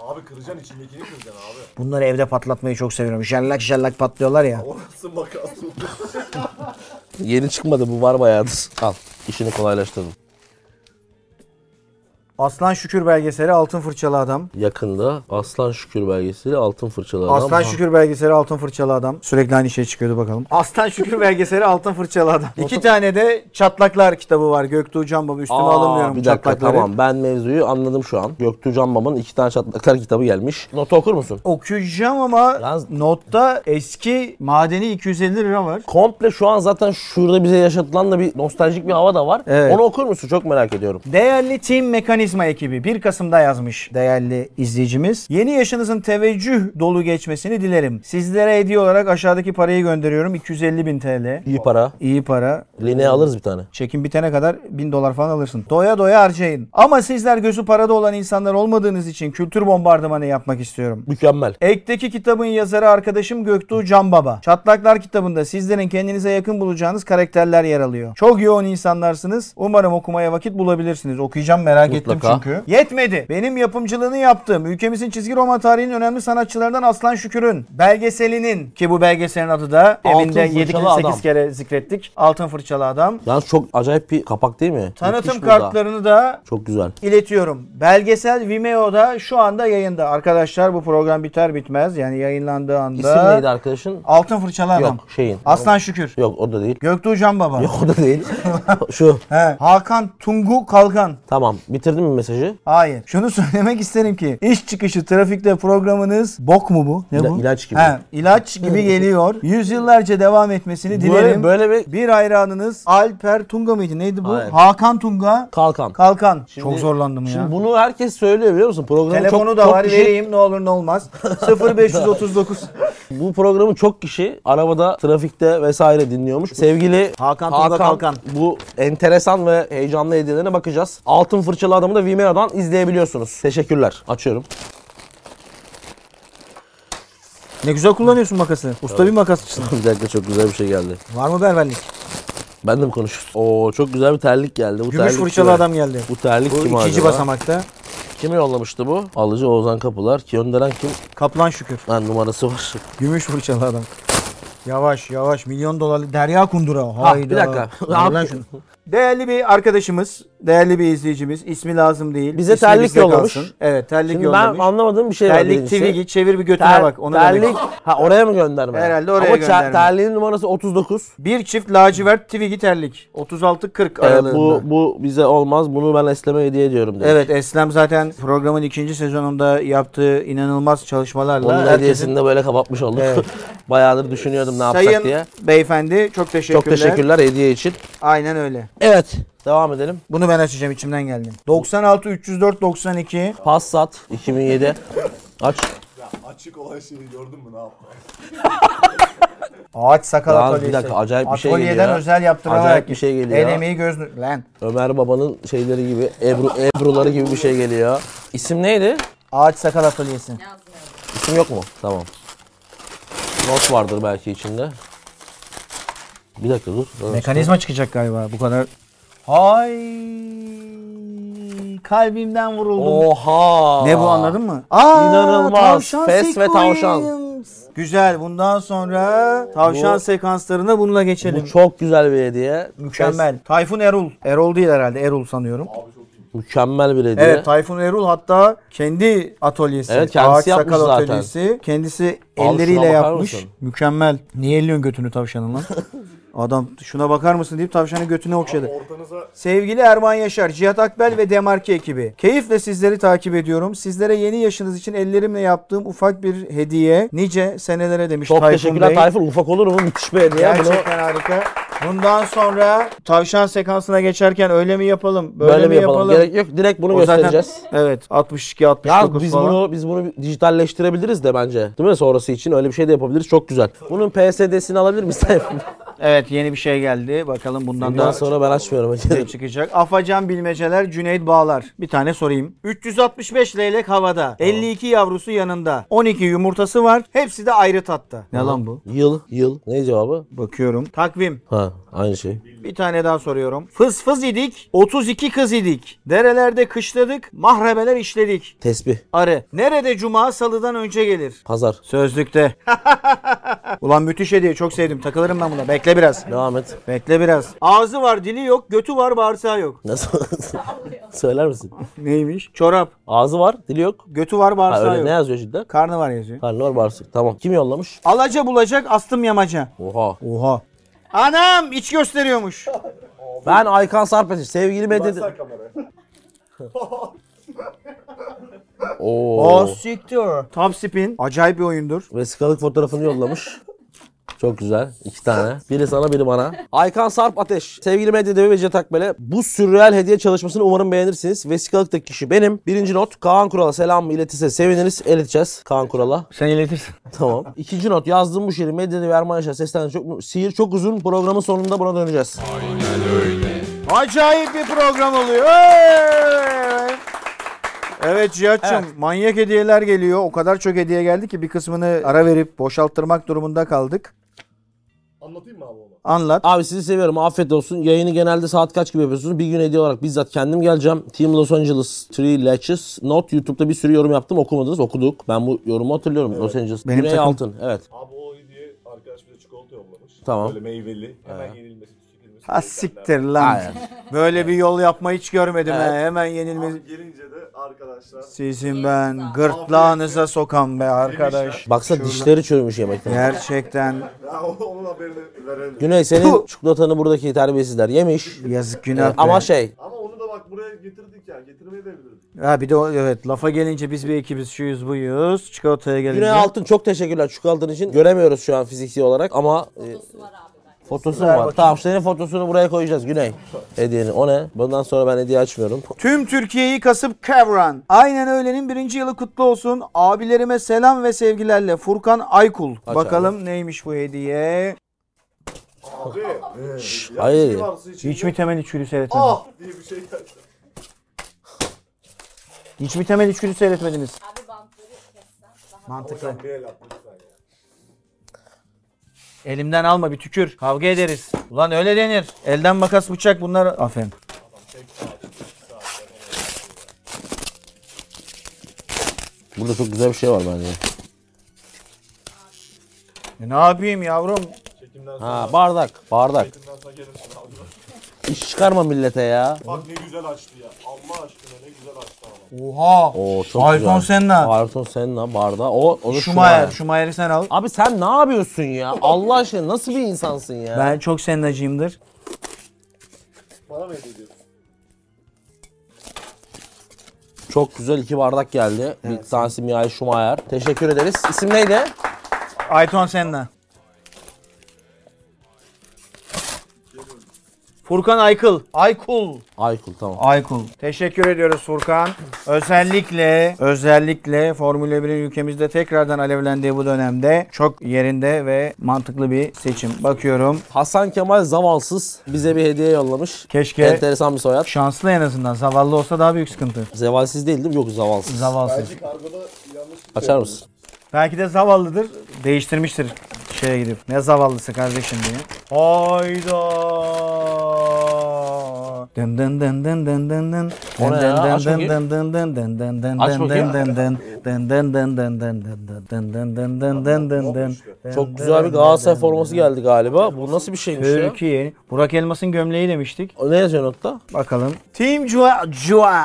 [SPEAKER 4] Abi kıracaksın içindekini kıracaksın abi.
[SPEAKER 2] Bunları evde patlatmayı çok seviyorum. Jellak jellak patlıyorlar ya.
[SPEAKER 4] Orası makas
[SPEAKER 3] Yeni çıkmadı bu var bayağıdır. Al işini kolaylaştırdım.
[SPEAKER 2] Aslan Şükür belgeseli Altın Fırçalı Adam.
[SPEAKER 3] Yakında Aslan Şükür belgeseli Altın Fırçalı Adam.
[SPEAKER 2] Aslan Şükür belgeseli Altın Fırçalı Adam. Sürekli aynı şey çıkıyordu bakalım. Aslan Şükür belgeseli Altın Fırçalı
[SPEAKER 3] <laughs>
[SPEAKER 2] Adam. İki tane de Çatlaklar kitabı var. Göktuğ Can Baba üstüme
[SPEAKER 3] Aa,
[SPEAKER 2] alamıyorum
[SPEAKER 3] bir dakika
[SPEAKER 2] çatlakları.
[SPEAKER 3] tamam ben mevzuyu anladım şu an. Göktuğ Can Baba'nın iki tane çatlaklar kitabı gelmiş. Notu okur musun?
[SPEAKER 2] Okuyacağım ama
[SPEAKER 3] Yalnız-
[SPEAKER 2] notta eski madeni 250 lira var.
[SPEAKER 3] Komple şu an zaten şurada bize yaşatılan da bir nostaljik bir hava da var.
[SPEAKER 2] Evet.
[SPEAKER 3] Onu okur musun? Çok merak ediyorum.
[SPEAKER 2] Değerli Team Mekanizma ekibi 1 Kasım'da yazmış değerli izleyicimiz. Yeni yaşınızın teveccüh dolu geçmesini dilerim. Sizlere hediye olarak aşağıdaki parayı gönderiyorum. 250 bin TL.
[SPEAKER 3] İyi para.
[SPEAKER 2] İyi para.
[SPEAKER 3] Lineye alırız bir tane.
[SPEAKER 2] Çekim bitene kadar 1000 dolar falan alırsın. Doya doya harcayın. Ama sizler gözü parada olan insanlar olmadığınız için kültür bombardımanı yapmak istiyorum.
[SPEAKER 3] Mükemmel.
[SPEAKER 2] Ekteki kitabın yazarı arkadaşım Göktuğ Can Baba. Çatlaklar kitabında sizlerin kendinize yakın bulacağınız karakterler yer alıyor. Çok yoğun insanlarsınız. Umarım okumaya vakit bulabilirsiniz. Okuyacağım merak ettim
[SPEAKER 3] Mutlaka.
[SPEAKER 2] çünkü. Yetmedi. Benim yapımcılığını yaptığım ülkemizin çizgi roman tarihinin önemli sanatçılarından Aslan Şükür'ün belgeselinin ki bu belgeselin adı da
[SPEAKER 3] Altın
[SPEAKER 2] deminden 7
[SPEAKER 3] Fırçalı Adam.
[SPEAKER 2] 8 kere zikrettik. Altın Fırçalı Adam.
[SPEAKER 3] Yalnız çok acayip bir kapak değil mi?
[SPEAKER 2] Tanıtım
[SPEAKER 3] Müthiş burada.
[SPEAKER 2] kartlarını da
[SPEAKER 3] Çok güzel.
[SPEAKER 2] iletiyorum. Belgesel Vimeo'da şu anda yayında. Arkadaşlar bu program biter bitmez. Yani yayınlandığı anda.
[SPEAKER 3] İsim neydi arkadaşın?
[SPEAKER 2] Altın fırçalı adam.
[SPEAKER 3] Yok şeyin.
[SPEAKER 2] Aslan Şükür.
[SPEAKER 3] Yok o da değil.
[SPEAKER 2] Göktuğ Can Baba.
[SPEAKER 3] <laughs> Yok o da değil. <laughs> Şu.
[SPEAKER 2] He. Hakan Tungu Kalkan.
[SPEAKER 3] Tamam. Bitirdin mi mesajı?
[SPEAKER 2] Hayır. Şunu <laughs> söylemek isterim ki iş çıkışı trafikte programınız bok mu bu? Ne
[SPEAKER 3] İla-
[SPEAKER 2] bu?
[SPEAKER 3] ilaç gibi.
[SPEAKER 2] He, ilaç gibi geliyor. Yüzyıllarca devam etmesini dilerim.
[SPEAKER 3] Böyle, böyle bir
[SPEAKER 2] Bir hayranınız Alper Tunga mıydı? Neydi bu?
[SPEAKER 3] Hayır.
[SPEAKER 2] Hakan Tunga
[SPEAKER 3] kalkan.
[SPEAKER 2] Kalkan.
[SPEAKER 3] Şimdi-
[SPEAKER 2] Çok zorlandım ya.
[SPEAKER 3] Şimdi bunu herkes söylüyor biliyor musun? Programı
[SPEAKER 2] Telefonu
[SPEAKER 3] çok,
[SPEAKER 2] da
[SPEAKER 3] çok
[SPEAKER 2] var
[SPEAKER 3] kişi-
[SPEAKER 2] vereyim ne olur ne <laughs> olmaz. 0539.
[SPEAKER 3] Bu programı çok kişi arabada, trafikte vesaire dinliyormuş. Sevgili
[SPEAKER 1] Hakan Tolga Kalkan.
[SPEAKER 3] bu enteresan ve heyecanlı hediyelerine bakacağız. Altın Fırçalı Adam'ı da Vimeo'dan izleyebiliyorsunuz. Teşekkürler. Açıyorum. <laughs>
[SPEAKER 2] ne güzel kullanıyorsun makası. Usta bir makasçısın.
[SPEAKER 3] bir dakika çok güzel bir şey geldi.
[SPEAKER 2] Var mı berberlik?
[SPEAKER 3] Ben de mi konuşuyorsun? Oo çok güzel bir terlik geldi. Bu
[SPEAKER 2] Gümüş
[SPEAKER 3] terlik
[SPEAKER 2] fırçalı
[SPEAKER 3] kime?
[SPEAKER 2] adam geldi.
[SPEAKER 3] Bu terlik
[SPEAKER 2] Bu
[SPEAKER 3] kim
[SPEAKER 2] ikinci
[SPEAKER 3] acaba?
[SPEAKER 2] basamakta.
[SPEAKER 3] Kim yollamıştı bu? Alıcı Oğuzhan Kapılar. Gönderen kim?
[SPEAKER 2] Kaplan şükür.
[SPEAKER 3] Lan numarası var.
[SPEAKER 2] Gümüş fırçalı adam. Yavaş yavaş milyon dolarlık derya kundura. Hayda.
[SPEAKER 3] bir dakika.
[SPEAKER 2] Dur lan şunu. Değerli bir arkadaşımız, değerli bir izleyicimiz, ismi lazım değil.
[SPEAKER 3] Bize
[SPEAKER 2] İsmi
[SPEAKER 3] terlik
[SPEAKER 2] bizde
[SPEAKER 3] yollamış.
[SPEAKER 2] kalsın. Evet terlik
[SPEAKER 3] Şimdi ben
[SPEAKER 2] yollamış.
[SPEAKER 3] anlamadığım bir şey var.
[SPEAKER 2] terlik
[SPEAKER 3] birincisi.
[SPEAKER 2] TV'yi çevir bir götüne
[SPEAKER 3] Ter-
[SPEAKER 2] bak. Onu
[SPEAKER 3] terlik,
[SPEAKER 2] demek.
[SPEAKER 3] ha oraya mı gönderme?
[SPEAKER 2] Herhalde oraya
[SPEAKER 3] Ama ter-
[SPEAKER 2] gönderme.
[SPEAKER 3] terliğin numarası 39.
[SPEAKER 2] Bir çift lacivert Twiggy terlik. 36-40
[SPEAKER 3] Ee,
[SPEAKER 2] aralığında.
[SPEAKER 3] bu bu bize olmaz. Bunu ben Eslem'e hediye ediyorum demiş.
[SPEAKER 2] Evet Eslem zaten programın ikinci sezonunda yaptığı inanılmaz çalışmalarla
[SPEAKER 3] Onun
[SPEAKER 2] herkesin-
[SPEAKER 3] hediyesini de böyle kapatmış olduk. <laughs> Bayağıdır düşünüyordum ne yapsak
[SPEAKER 2] Sayın
[SPEAKER 3] diye.
[SPEAKER 2] beyefendi çok teşekkürler.
[SPEAKER 3] Çok teşekkürler hediye için.
[SPEAKER 2] Aynen öyle.
[SPEAKER 3] Evet, devam edelim.
[SPEAKER 2] Bunu ben açacağım içimden geldi. 96 304 92
[SPEAKER 3] Passat 2007. Aç.
[SPEAKER 4] Ya açık olan şeyi gördün mü ne yaptı?
[SPEAKER 2] Ağaç sakal
[SPEAKER 3] Lan bir
[SPEAKER 2] atölyesi.
[SPEAKER 3] dakika, acayip bir şey geliyor
[SPEAKER 2] Atölyeden
[SPEAKER 3] ya.
[SPEAKER 2] özel yaptırılarak.
[SPEAKER 3] Acayip bir şey geliyor ya.
[SPEAKER 2] Elemeyi göz... Lan.
[SPEAKER 3] Ömer Baba'nın şeyleri gibi, Ebru, Ebru'ları gibi bir şey geliyor. İsim neydi?
[SPEAKER 2] Ağaç sakal atölyesi.
[SPEAKER 3] İsim yok mu? Tamam. Not vardır belki içinde. Bir dakika dur.
[SPEAKER 2] Mekanizma çıkacak galiba bu kadar. Hay Ee, kalbimden vuruldum.
[SPEAKER 3] Oha!
[SPEAKER 2] Ne bu anladın mı? Aa,
[SPEAKER 3] İnanılmaz.
[SPEAKER 2] tavşan
[SPEAKER 3] Fes ve tavşan.
[SPEAKER 2] sekans. Güzel. Bundan sonra tavşan
[SPEAKER 3] Bu-
[SPEAKER 2] sekanslarına bununla geçelim.
[SPEAKER 3] Bu çok güzel bir hediye.
[SPEAKER 2] Mükemmel. Tayfun Erul. Erol değil herhalde. Erul sanıyorum.
[SPEAKER 3] Mükemmel bir hediye.
[SPEAKER 2] Evet Tayfun Erul hatta kendi atölyesi.
[SPEAKER 3] Evet, kendisi
[SPEAKER 2] Ağaç
[SPEAKER 3] yapmış
[SPEAKER 2] sakal
[SPEAKER 3] zaten.
[SPEAKER 2] atölyesi. Kendisi
[SPEAKER 3] şuna
[SPEAKER 2] elleriyle
[SPEAKER 3] bakar
[SPEAKER 2] yapmış.
[SPEAKER 3] mısın?
[SPEAKER 2] Mükemmel. Niye elliyorsun götünü tavşanın
[SPEAKER 3] <laughs>
[SPEAKER 2] lan? Adam şuna bakar mısın deyip tavşanın götüne okşadı.
[SPEAKER 4] Ortanıza
[SPEAKER 2] Sevgili Erman Yaşar, Cihat Akbel ve Demarki ekibi. Keyifle sizleri takip ediyorum. Sizlere yeni yaşınız için ellerimle yaptığım ufak bir hediye. Nice senelere demiş
[SPEAKER 3] çok
[SPEAKER 2] Tayfun
[SPEAKER 3] teşekkürler
[SPEAKER 2] Bey.
[SPEAKER 3] Tayfun. Ufak olur mu? Müthiş bir hediye. Bunu
[SPEAKER 2] Gerçekten harika. Bundan sonra tavşan sekansına geçerken öyle mi yapalım,
[SPEAKER 3] böyle, mi yapalım? Gerek yok. Direkt bunu
[SPEAKER 2] O zaten-
[SPEAKER 3] göstereceğiz.
[SPEAKER 2] Evet 62
[SPEAKER 3] Ya
[SPEAKER 2] 69
[SPEAKER 3] biz
[SPEAKER 2] falan.
[SPEAKER 3] bunu biz bunu
[SPEAKER 2] <laughs>
[SPEAKER 3] dijitalleştirebiliriz de bence. Değil mi? Sonrası için öyle bir şey de yapabiliriz. Çok güzel. Bunun PSD'sini alabilir miyiz Tayfun?
[SPEAKER 2] Evet yeni bir şey geldi. Bakalım bundan
[SPEAKER 3] Bundan
[SPEAKER 2] da
[SPEAKER 3] sonra ben açmıyorum.
[SPEAKER 2] ne çıkacak. Afacan bilmeceler Cüneyt Bağlar. Bir tane sorayım. 365 leylek havada. 52 yavrusu yanında. 12 yumurtası var. Hepsi de ayrı tatta. Ne lan bu?
[SPEAKER 3] Yıl, yıl. Ne cevabı?
[SPEAKER 2] Bakıyorum. Takvim.
[SPEAKER 3] Ha, aynı şey.
[SPEAKER 2] Bir tane daha soruyorum. Fız fız idik. 32 kız idik. Derelerde kışladık. Mahrebeler işledik.
[SPEAKER 3] Tesbih,
[SPEAKER 2] Arı. Nerede cuma salıdan önce gelir?
[SPEAKER 3] pazar.
[SPEAKER 2] Sözlükte. <laughs> Ulan müthiş hediye çok sevdim. Takılırım ben buna. Bekle biraz.
[SPEAKER 3] Devam et. <laughs>
[SPEAKER 2] Bekle biraz. Ağzı var, dili yok, götü var, bağırsağı yok.
[SPEAKER 3] Nasıl? Söyler misin?
[SPEAKER 2] Neymiş? Çorap.
[SPEAKER 3] Ağzı var, dili yok.
[SPEAKER 2] Götü var,
[SPEAKER 3] Ha,
[SPEAKER 2] bağırsağı
[SPEAKER 3] öyle
[SPEAKER 2] yok.
[SPEAKER 3] ne yazıyor cidden?
[SPEAKER 2] Karnı var yazıyor.
[SPEAKER 3] Karnı var bağırsak. Tamam. Kim yollamış?
[SPEAKER 2] Alaca bulacak, astım yamaca.
[SPEAKER 3] Oha.
[SPEAKER 2] Oha. Anam iç gösteriyormuş.
[SPEAKER 3] Ben Aykan Sarpetiş. Sevgili Medeni.
[SPEAKER 4] Sen kameraya.
[SPEAKER 3] <laughs> Oo.
[SPEAKER 2] siktir. Top spin. Acayip bir oyundur.
[SPEAKER 3] Vesikalık fotoğrafını yollamış. Çok güzel. iki tane. Biri sana biri bana. Aykan Sarp Ateş. Sevgili medya devi ve Cet Akbel'e bu sürreal hediye çalışmasını umarım beğenirsiniz. Vesikalıktaki kişi benim. Birinci not Kaan Kural'a selam iletirse seviniriz. İleteceğiz Kaan Kural'a. <laughs>
[SPEAKER 2] Sen iletirsin.
[SPEAKER 3] Tamam. İkinci not yazdım bu şiiri. Medya devi Erman Yaşar. Seslendi çok. Sihir çok uzun. Programın sonunda buna döneceğiz.
[SPEAKER 2] Acayip bir program oluyor. Evet. Evet Cihat'cığım manyak hediyeler geliyor. O kadar çok hediye geldi ki bir kısmını ara verip boşalttırmak durumunda kaldık.
[SPEAKER 4] Anlatayım mı abi onu?
[SPEAKER 2] Anlat.
[SPEAKER 3] Abi sizi seviyorum. Afiyet olsun. Yayını genelde saat kaç gibi yapıyorsunuz? Bir gün hediye olarak bizzat kendim geleceğim. Team Los Angeles Three Latches. Not YouTube'da bir sürü yorum yaptım. Okumadınız. Okuduk. Ben bu yorumu hatırlıyorum. Los Angeles.
[SPEAKER 2] Benim
[SPEAKER 3] Güney
[SPEAKER 2] takım-
[SPEAKER 3] Altın. Evet.
[SPEAKER 4] Abi o hediye arkadaş bize çikolata yollamış.
[SPEAKER 3] Tamam.
[SPEAKER 4] Böyle meyveli. Hemen yenilmesi, tüketilmesi.
[SPEAKER 2] Ha siktir lan. Böyle bir yol yapma hiç görmedim he. Hemen yenilmez.
[SPEAKER 4] Abi gelince de arkadaşlar
[SPEAKER 2] Sizin ben gırtlağınıza sokan be arkadaş.
[SPEAKER 3] Baksana dişleri çürümüş yemekten.
[SPEAKER 2] Gerçekten
[SPEAKER 4] ya onun haberini verelim.
[SPEAKER 3] Güney senin çikolatanı buradaki terbiyesizler yemiş.
[SPEAKER 2] yazık
[SPEAKER 3] Ee,
[SPEAKER 2] günah.
[SPEAKER 3] ama
[SPEAKER 2] be.
[SPEAKER 3] şey
[SPEAKER 4] Ama onu da bak buraya getirdik ya. Getirmeye de bilirdik. <laughs>
[SPEAKER 2] Ha bir de o- evet lafa gelince biz bir ekibiz şuyuz buyuz. Çikolataya gelince.
[SPEAKER 3] Güney Altın çok teşekkürler çikolatanın için. Göremiyoruz şu an fiziksel olarak ama e,
[SPEAKER 5] Su var abi bak.
[SPEAKER 3] fotosu mu var. Tamam senin fotosunu buraya koyacağız Güney. Hediyeni. O ne? Bundan sonra ben hediye açmıyorum.
[SPEAKER 2] Tüm Türkiye'yi kasıp kavran. Aynen öğlenin birinci yılı kutlu olsun. Abilerime selam ve sevgilerle. Furkan Aykul.
[SPEAKER 3] abi.
[SPEAKER 2] Bakalım neymiş bu hediye.
[SPEAKER 4] Abi. ee, ya
[SPEAKER 3] hayır.
[SPEAKER 4] bir şey var su içinde.
[SPEAKER 1] Hiç mi temel içgüdü seyretmediniz?
[SPEAKER 4] Ah diye bir şey geldi. <laughs>
[SPEAKER 1] Hiç mi temel içgüdü seyretmediniz?
[SPEAKER 5] Abi bantları kessen daha
[SPEAKER 2] Mantıklı.
[SPEAKER 4] Hocam bir el attı lütfen ya.
[SPEAKER 2] Elimden alma bir tükür. Kavga ederiz. Ulan öyle denir. Elden makas bıçak bunlar. Aferin.
[SPEAKER 3] Burada çok güzel bir şey var bence.
[SPEAKER 2] E, ne yapayım yavrum?
[SPEAKER 4] Çekimden sonra,
[SPEAKER 3] Ha bardak. Bardak.
[SPEAKER 4] çekimden sonra gelirsin abi.
[SPEAKER 3] İş çıkarma millete ya.
[SPEAKER 4] Bak ne güzel açtı ya. Allah aşkına ne güzel açtı ama.
[SPEAKER 2] Oha.
[SPEAKER 3] Oo çok
[SPEAKER 2] Ayrton
[SPEAKER 3] güzel.
[SPEAKER 2] Senna.
[SPEAKER 3] Ayrton Senna bardağı. O, o da
[SPEAKER 2] Schumacher.
[SPEAKER 3] Schumacher.
[SPEAKER 2] Schumacher'i sen al.
[SPEAKER 3] Abi sen ne yapıyorsun ya? Allah aşkına nasıl bir insansın ya?
[SPEAKER 2] Ben çok Senna'cıyımdır.
[SPEAKER 4] Bana mı hediye ediyorsun?
[SPEAKER 3] Çok güzel iki bardak geldi. Bir tanesi Mihail Schumacher. Teşekkür ederiz. İsim neydi?
[SPEAKER 2] Ayton Senna. Furkan Aykıl. Aykul.
[SPEAKER 3] Aykul tamam.
[SPEAKER 2] Aykul. Teşekkür ediyoruz Furkan. Özellikle özellikle Formula 1'in ülkemizde tekrardan alevlendiği bu dönemde çok yerinde ve mantıklı bir seçim. Bakıyorum.
[SPEAKER 3] Hasan Kemal Zavalsız bize bir hediye yollamış.
[SPEAKER 2] Keşke-
[SPEAKER 3] Enteresan bir soyad.
[SPEAKER 2] Şanslı en azından. Zavallı olsa daha büyük sıkıntı.
[SPEAKER 3] Zevalsiz değil değil mi? Yok zavalsız.
[SPEAKER 2] Zavalsız.
[SPEAKER 4] Belki kargoda yanlış bir
[SPEAKER 3] Açar mısın?
[SPEAKER 2] Belki de zavallıdır. Değiştirmiştir şeye gidip. Ne zavallısı kardeşim diye. Hayda. Dın dın dın dın dın dın dın.
[SPEAKER 3] O ne ya? Aç
[SPEAKER 2] Dın
[SPEAKER 3] bakayım.
[SPEAKER 2] dın dın dın dın dın dın
[SPEAKER 3] Aç
[SPEAKER 2] dın
[SPEAKER 3] bakayım.
[SPEAKER 2] dın dın dın dın dın dın dın dın dın dın dın dın dın dın dın.
[SPEAKER 3] Çok güzel bir Galatasaray forması geldi galiba. Bu nasıl bir şeymiş ya?
[SPEAKER 2] Türkiye. Burak Elmas'ın gömleği demiştik.
[SPEAKER 3] O Ne yazıyor notta?
[SPEAKER 2] Bakalım. Team Cua, Cua.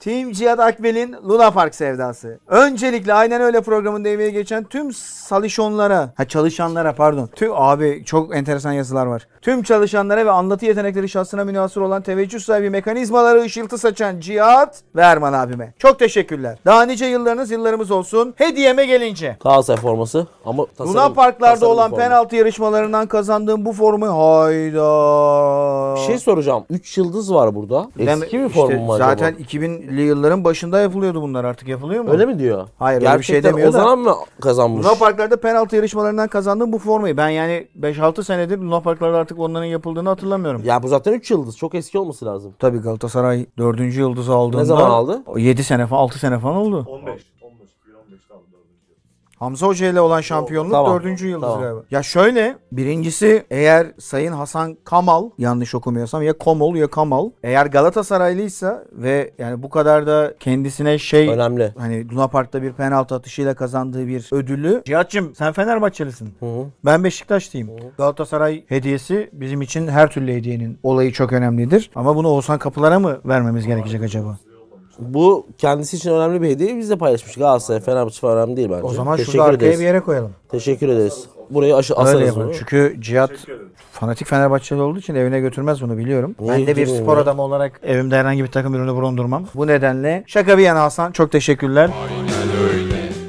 [SPEAKER 2] Team Cihat Akbel'in Luna Park sevdası. Öncelikle aynen öyle programın demeye geçen tüm salişonlara, ha çalışanlara pardon. Tüm abi çok enteresan yazılar var. Tüm çalışanlara ve anlatı yetenekleri şahsına münasır olan teveccüh sahibi mekanizmaları ışıltı saçan Cihat ve Erman abime. Çok teşekkürler. Daha nice yıllarınız yıllarımız olsun. Hediyeme gelince.
[SPEAKER 3] Galatasaray forması ama tasarım,
[SPEAKER 2] Luna Parklarda
[SPEAKER 3] tasarım
[SPEAKER 2] olan
[SPEAKER 3] formu.
[SPEAKER 2] penaltı yarışmalarından kazandığım bu formu hayda.
[SPEAKER 3] Bir şey soracağım. 3 yıldız var burada. Eski
[SPEAKER 2] Ben-
[SPEAKER 3] bir
[SPEAKER 2] işte
[SPEAKER 3] formu mu acaba?
[SPEAKER 2] Zaten 2000 yılların başında yapılıyordu bunlar artık yapılıyor mu?
[SPEAKER 3] Öyle mi diyor?
[SPEAKER 2] Hayır, öyle bir şey
[SPEAKER 3] Gerçekten
[SPEAKER 2] demiyor da.
[SPEAKER 3] Ozan mı kazanmış?
[SPEAKER 2] Luna Parklar'da penaltı yarışmalarından kazandığım bu formayı. Ben yani 5-6 senedir Luna Parklar'da artık onların yapıldığını hatırlamıyorum.
[SPEAKER 3] Ya bu zaten 3 yıldız. Çok eski olması lazım.
[SPEAKER 2] Tabii Galatasaray 4. yıldızı aldığında.
[SPEAKER 3] Ne zaman aldı?
[SPEAKER 2] 7 sene falan 6 sene falan oldu.
[SPEAKER 4] 15. 15. 2015'te aldım dördüncü.
[SPEAKER 2] Hamza Hoca ile olan şampiyonluk
[SPEAKER 3] Tamam.
[SPEAKER 2] dördüncü yıldız
[SPEAKER 3] Tamam.
[SPEAKER 2] galiba. Ya şöyle birincisi eğer Sayın Hasan Kamal yanlış okumuyorsam ya Komol ya Kamal eğer Galatasaraylıysa ve yani bu kadar da kendisine şey
[SPEAKER 3] Önemli.
[SPEAKER 2] hani Luna Park'ta bir penaltı atışıyla kazandığı bir ödülü. Cihat'cığım sen Fenerbahçelisin. Ben Beşiktaşlıyım. Galatasaray hediyesi bizim için her türlü hediyenin olayı çok önemlidir. Ama bunu Oğuzhan Kapılar'a mı vermemiz gerekecek acaba?
[SPEAKER 3] Bu kendisi için önemli bir hediye biz de paylaşmış. Galatasaray, Fenerbahçe falan önemli değil bence.
[SPEAKER 2] O zaman
[SPEAKER 3] Teşekkür
[SPEAKER 2] şurada arkaya
[SPEAKER 3] ederiz.
[SPEAKER 2] bir yere koyalım.
[SPEAKER 3] Teşekkür ederiz. Burayı aşı
[SPEAKER 2] Öyle
[SPEAKER 3] asarız
[SPEAKER 2] yapalım.
[SPEAKER 3] bunu.
[SPEAKER 2] Çünkü Cihat
[SPEAKER 4] ederim.
[SPEAKER 2] fanatik Fenerbahçeli olduğu için evine götürmez bunu biliyorum.
[SPEAKER 3] Niye
[SPEAKER 2] ben de bir
[SPEAKER 3] götürmeyeyim
[SPEAKER 2] spor
[SPEAKER 3] ya?
[SPEAKER 2] adamı olarak evimde herhangi bir takım ürünü bulundurmam. Bu nedenle şaka bir yana Hasan çok teşekkürler.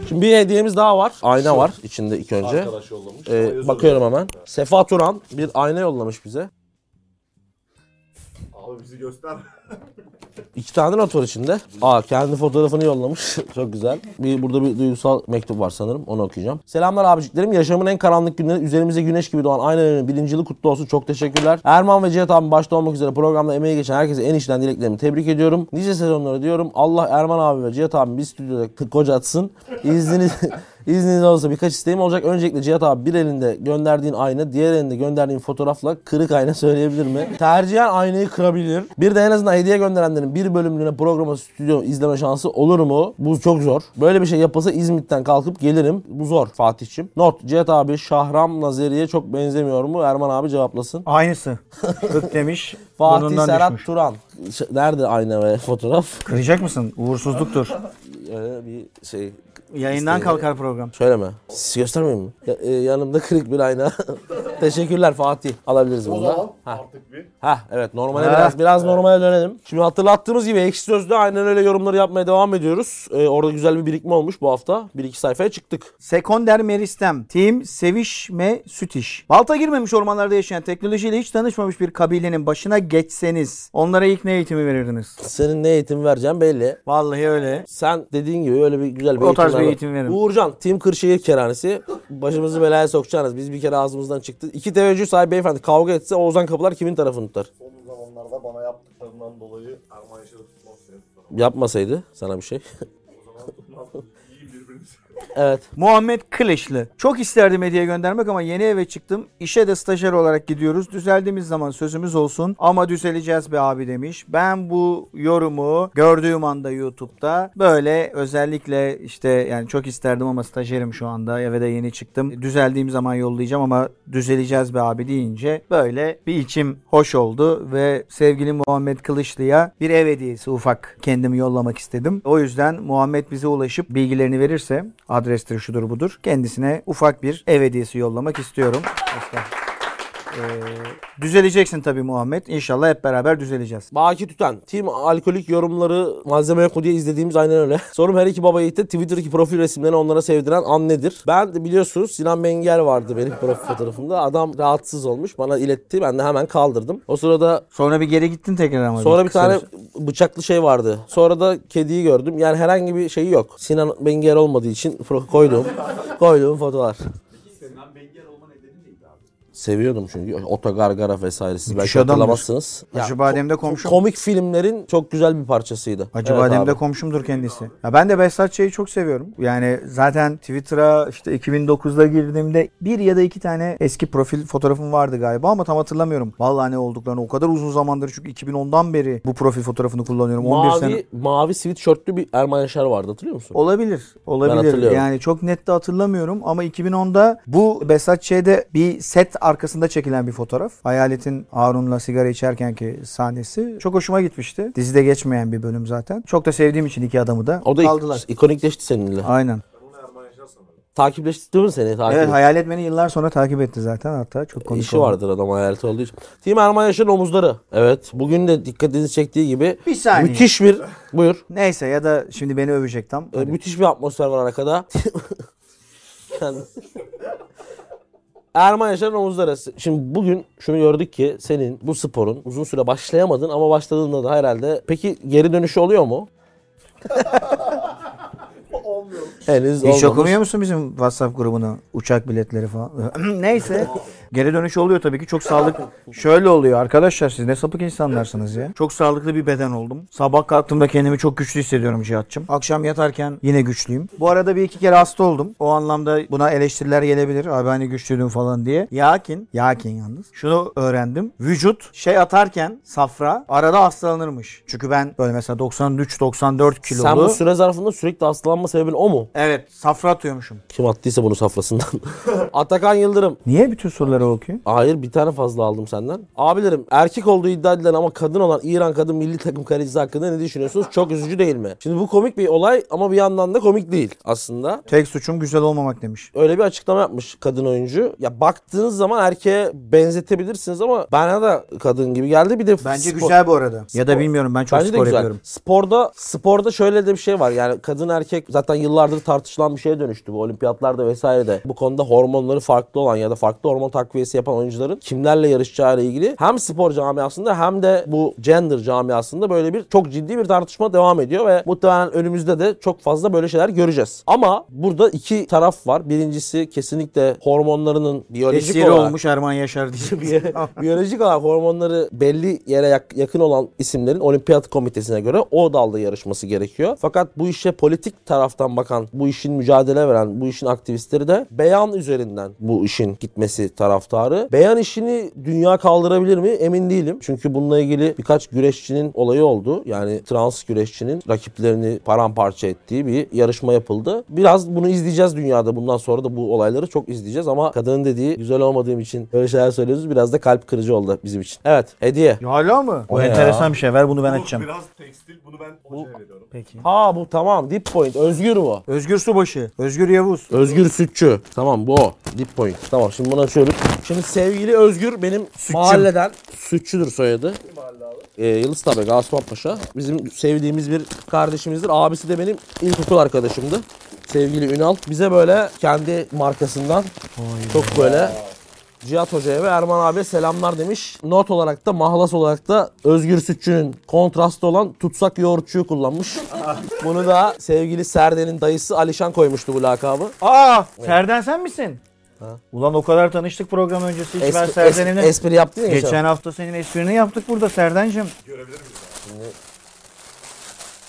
[SPEAKER 3] Şimdi bir hediyemiz daha var. Ayna var içinde ilk önce.
[SPEAKER 4] Arkadaş yollamış.
[SPEAKER 3] Ee,
[SPEAKER 4] Ama
[SPEAKER 3] bakıyorum hemen. Sefa Turan bir ayna yollamış bize.
[SPEAKER 4] Abi bizi <laughs> göster.
[SPEAKER 3] İki tane not var içinde. Aa kendi fotoğrafını yollamış. <laughs> Çok güzel. Bir burada bir duygusal mektup var sanırım. Onu okuyacağım. Selamlar abiciklerim. Yaşamın en karanlık günleri üzerimize güneş gibi doğan aynanın birinci yılı kutlu olsun. Çok teşekkürler. Erman ve Cihat abi başta olmak üzere programda emeği geçen herkese en içten dileklerimi tebrik ediyorum. Nice sezonlara diyorum. Allah Erman abi ve Cihat abi bir stüdyoda k- koca atsın. İzniniz... <laughs> İzniniz olursa birkaç isteğim olacak. Öncelikle Cihat abi bir elinde gönderdiğin ayna, diğer elinde gönderdiğin fotoğrafla kırık ayna <laughs> söyleyebilir mi? Tercihen aynayı kırabilir. Bir de en azından hediye gönderenlerin bir bölümlüğüne programa stüdyo izleme şansı olur mu? Bu çok zor. Böyle bir şey yapılsa İzmit'ten kalkıp gelirim. Bu zor Fatih'cim. Not Cihat abi Şahram Nazeri'ye çok benzemiyor mu? Erman abi cevaplasın. <laughs>
[SPEAKER 2] Aynısı. Kırk demiş.
[SPEAKER 3] Fatih
[SPEAKER 2] burnundan
[SPEAKER 3] Serhat
[SPEAKER 2] düşmüş.
[SPEAKER 3] Turan. Ş- Nerede ayna ve fotoğraf?
[SPEAKER 2] Kıracak mısın? Uğursuzluktur.
[SPEAKER 3] Öyle bir şey.
[SPEAKER 2] Yayından kalkar program.
[SPEAKER 3] Şöyle mi? Siz göstermeyeyim mi? Ya- e, yanımda kırık bir ayna. <laughs> Teşekkürler Fatih. Alabiliriz
[SPEAKER 4] O
[SPEAKER 3] bunu da.
[SPEAKER 4] zaman
[SPEAKER 3] Ha.
[SPEAKER 4] artık bir
[SPEAKER 3] Ha evet normale
[SPEAKER 2] Ha.
[SPEAKER 3] biraz biraz normale dönelim. Şimdi hatırlattığımız gibi ekşi sözlü aynen öyle yorumları yapmaya devam ediyoruz. Ee, orada güzel bir birikme olmuş bu hafta. Bir iki sayfaya çıktık.
[SPEAKER 2] Sekonder Meristem. Tim Sevişme Sütiş. Balta girmemiş ormanlarda yaşayan teknolojiyle hiç tanışmamış bir kabilenin başına geçseniz onlara ilk ne eğitimi verirdiniz?
[SPEAKER 3] Senin ne eğitim vereceğim belli.
[SPEAKER 2] Vallahi öyle.
[SPEAKER 3] Sen dediğin gibi öyle bir güzel bir
[SPEAKER 2] O tarz
[SPEAKER 3] eğitim
[SPEAKER 2] bir
[SPEAKER 3] ver.
[SPEAKER 2] eğitim verin.
[SPEAKER 3] Uğurcan, Tim Kırşehir keranesi. Başımızı belaya sokacaksınız. Biz bir kere ağzımızdan çıktı. İki teveccüh sahibi beyefendi kavga etse Oğuzhan Kapılar kimin tarafını tutar?
[SPEAKER 4] son zamanlarda bana yaptıklarından dolayı Erman Yaşar'ı tutmaz. Seni tutarım.
[SPEAKER 3] Yapmasaydı sana bir şey.
[SPEAKER 4] O zaman tutmaz. İyi birbirimizi.
[SPEAKER 3] <laughs> evet.
[SPEAKER 2] Muhammed Kılıçlı. Çok isterdim hediye göndermek ama yeni eve çıktım. İşe de stajyer olarak gidiyoruz. Düzeldiğimiz zaman sözümüz olsun ama düzeleceğiz be abi demiş. Ben bu yorumu gördüğüm anda YouTube'da böyle özellikle işte yani çok isterdim ama stajyerim şu anda eve de yeni çıktım. Düzeldiğim zaman yollayacağım ama düzeleceğiz be abi deyince böyle bir içim hoş oldu ve sevgili Muhammed Kılıçlı'ya bir ev hediyesi ufak kendimi yollamak istedim. O yüzden Muhammed bize ulaşıp bilgilerini verirse adrestir şudur budur kendisine ufak bir ev hediyesi yollamak istiyorum. Aslan. Ee, düzeleceksin tabii Muhammed. İnşallah hep beraber düzeleceğiz.
[SPEAKER 3] Baki Tüten. Team alkolik yorumları malzeme yok mu diye izlediğimiz aynen öyle. Sorum her iki baba yiğitte Twitter'daki profil resimlerini onlara sevdiren an nedir? Ben de biliyorsunuz Sinan Bengel vardı benim profil fotoğrafımda. Adam rahatsız olmuş. Bana iletti. Ben de hemen kaldırdım. O sırada
[SPEAKER 2] Sonra bir geri gittin tekrar ama.
[SPEAKER 3] Sonra bir
[SPEAKER 2] kısa
[SPEAKER 3] tane bıçaklı şey vardı. Sonra da kediyi gördüm. Yani herhangi bir şeyi yok. Sinan Bengel olmadığı için pro- koydum. koyduğum fotolar. Sinan Bengel olma nedeni neydi abi? Seviyordum çünkü. Otogar, Gara vesaire. Siz belki
[SPEAKER 2] adamdır.
[SPEAKER 3] hatırlamazsınız. Ya,
[SPEAKER 2] Hacı Badem'de komşum.
[SPEAKER 3] komik filmlerin çok güzel bir parçasıydı.
[SPEAKER 2] Hacı
[SPEAKER 3] Evet
[SPEAKER 2] Badem'de
[SPEAKER 3] abi.
[SPEAKER 2] komşumdur kendisi. Ya ben de Behzatçı'yı çok seviyorum. Yani zaten Twitter'a işte 2009'da girdiğimde bir ya da iki tane eski profil fotoğrafım vardı galiba ama tam hatırlamıyorum. Vallahi ne olduklarını o kadar uzun zamandır çünkü 2010'dan beri bu profil fotoğrafını kullanıyorum. 11 sene.
[SPEAKER 3] Mavi, mavi sivit şörtlü bir Erman Yaşar vardı hatırlıyor musun?
[SPEAKER 2] Olabilir. Olabilir.
[SPEAKER 3] hatırlıyorum.
[SPEAKER 2] Yani çok net de hatırlamıyorum ama 2010'da bu Besat Ç'de bir set arkasında çekilen bir fotoğraf. Hayalet'in Harun'la sigara içerkenki sahnesi. Çok hoşuma gitmişti. Dizide geçmeyen bir bölüm zaten. Çok da sevdiğim için iki adamı da,
[SPEAKER 3] O da ik-
[SPEAKER 2] aldılar.
[SPEAKER 3] ikonikleşti seninle.
[SPEAKER 2] Aynen.
[SPEAKER 4] Ben onu Erman Yaşar sanırım.
[SPEAKER 3] Takipleşti değil mi seni? Takip
[SPEAKER 2] Evet hayal etmeni yıllar sonra takip etti zaten hatta çok komik
[SPEAKER 3] İşi
[SPEAKER 2] oldu.
[SPEAKER 3] vardır adam hayaleti olduğu için. Team Erman Yaşar'ın omuzları. Evet. Bugün de dikkatinizi çektiği gibi
[SPEAKER 2] Bir saniye.
[SPEAKER 3] müthiş bir buyur.
[SPEAKER 2] Neyse ya da şimdi beni övecek tam.
[SPEAKER 3] Ee, müthiş bir atmosfer var arkada. Yani- <laughs> Erman Yaşar'ın omuzları. Şimdi bugün şunu gördük ki
[SPEAKER 2] <laughs>
[SPEAKER 3] senin bu sporun uzun süre başlayamadın ama başladığında da herhalde. Peki geri dönüşü oluyor mu?
[SPEAKER 4] Olmuyor.
[SPEAKER 3] Henüz
[SPEAKER 2] Hiç
[SPEAKER 3] olmamış.
[SPEAKER 2] okumuyor musun bizim WhatsApp grubunu? Uçak biletleri falan. <laughs> Neyse. Geri dönüş oluyor tabii ki. Çok sağlık. Şöyle oluyor arkadaşlar siz ne sapık insanlarsınız ya. Çok sağlıklı bir beden oldum. Sabah kalktığımda kendimi çok güçlü hissediyorum Cihat'cığım. Akşam yatarken yine güçlüyüm. Bu arada bir iki kere hasta oldum. O anlamda buna eleştiriler gelebilir. Abi hani güçlüydün falan diye. Yakin. Yakin yalnız. Şunu öğrendim. Vücut şey atarken safra arada hastalanırmış. Çünkü ben böyle mesela 93-94 kilolu.
[SPEAKER 3] Sen bu süre zarfında sürekli hastalanma sebebin o mu?
[SPEAKER 2] Evet safra atıyormuşum.
[SPEAKER 3] Kim attıysa bunu safrasından.
[SPEAKER 2] <laughs>
[SPEAKER 3] Atakan Yıldırım.
[SPEAKER 2] Niye bütün soruları o okuyor?
[SPEAKER 3] Hayır bir tane fazla aldım senden. Abilerim erkek olduğu iddia edilen ama kadın olan İran kadın milli takım kalecisi hakkında ne düşünüyorsunuz? Çok üzücü değil mi? Şimdi bu komik bir olay ama bir yandan da komik değil aslında.
[SPEAKER 2] Tek suçum güzel olmamak demiş.
[SPEAKER 3] Öyle bir açıklama yapmış kadın oyuncu. Ya baktığınız zaman erkeğe benzetebilirsiniz ama bana da kadın gibi geldi. Bir de
[SPEAKER 2] Bence
[SPEAKER 3] spor-
[SPEAKER 2] güzel bu arada. Ya da bilmiyorum ben çok
[SPEAKER 3] Bence de
[SPEAKER 2] spor
[SPEAKER 3] güzel.
[SPEAKER 2] yapıyorum.
[SPEAKER 3] Sporda sporda şöyle de bir şey var. Yani kadın erkek zaten yıllardır tartışılan bir şeye dönüştü bu olimpiyatlarda vesaire de. Bu konuda hormonları farklı olan ya da farklı hormon takviyesi yapan oyuncuların kimlerle yarışacağıyla ilgili hem spor camiasında hem de bu gender camiasında böyle bir çok ciddi bir tartışma devam ediyor ve muhtemelen önümüzde de çok fazla böyle şeyler göreceğiz. Ama burada iki taraf var. Birincisi kesinlikle hormonlarının biyolojik
[SPEAKER 2] Esiri
[SPEAKER 3] olarak
[SPEAKER 2] olmuş Erman Yaşar diye. <laughs>
[SPEAKER 3] Biyo- Biyolojik olarak hormonları belli yere yak- yakın olan isimlerin olimpiyat komitesine göre o dalda yarışması gerekiyor. Fakat bu işe politik taraftan bakan, bu işin mücadele veren, bu işin aktivistleri de beyan üzerinden bu işin gitmesi taraftarı. Beyan işini dünya kaldırabilir mi emin değilim. Çünkü bununla ilgili birkaç güreşçinin olayı oldu. Yani trans güreşçinin rakiplerini paramparça ettiği bir yarışma yapıldı. Biraz bunu izleyeceğiz dünyada. Bundan sonra da bu olayları çok izleyeceğiz ama kadının dediği güzel olmadığım için böyle şeyler söylüyoruz. Biraz da kalp kırıcı oldu bizim için. Evet, hediye.
[SPEAKER 2] Hala mı?
[SPEAKER 1] Bu enteresan bir şey. Ver bunu ben açacağım.
[SPEAKER 4] Biraz tekstil. Bunu ben hocaya veriyorum.
[SPEAKER 3] Ha bu tamam. Dip point. Özgür bu.
[SPEAKER 2] Özgür Subaşı. Özgür Yavuz.
[SPEAKER 3] Özgür Sütçü. Tamam bu o. Dip point. Tamam şimdi bunu açıyoruz. Şimdi sevgili Özgür benim mahalleden Sütçüdür soyadı. Ee, Yıldız tabi Gasuman Paşa. Bizim sevdiğimiz bir kardeşimizdir. Abisi de benim ilkokul arkadaşımdı. Sevgili Ünal. Bize böyle kendi markasından çok böyle Cihat Hoca'ya ve Erman abiye selamlar demiş. Not olarak da mahlas olarak da Özgür Sütçü'nün kontrastı olan tutsak yoğurtçuyu kullanmış. Bunu da sevgili Serden'in dayısı Alişan koymuştu bu lakabı.
[SPEAKER 1] Aa! Serden sen misin? Ulan o kadar tanıştık program öncesi. Hiç ben
[SPEAKER 3] Espri,
[SPEAKER 1] Serden'imle...
[SPEAKER 3] es- espri yaptın ya.
[SPEAKER 1] Geçen
[SPEAKER 3] Geçen...
[SPEAKER 1] hafta senin esprini yaptık burada Serden'cim.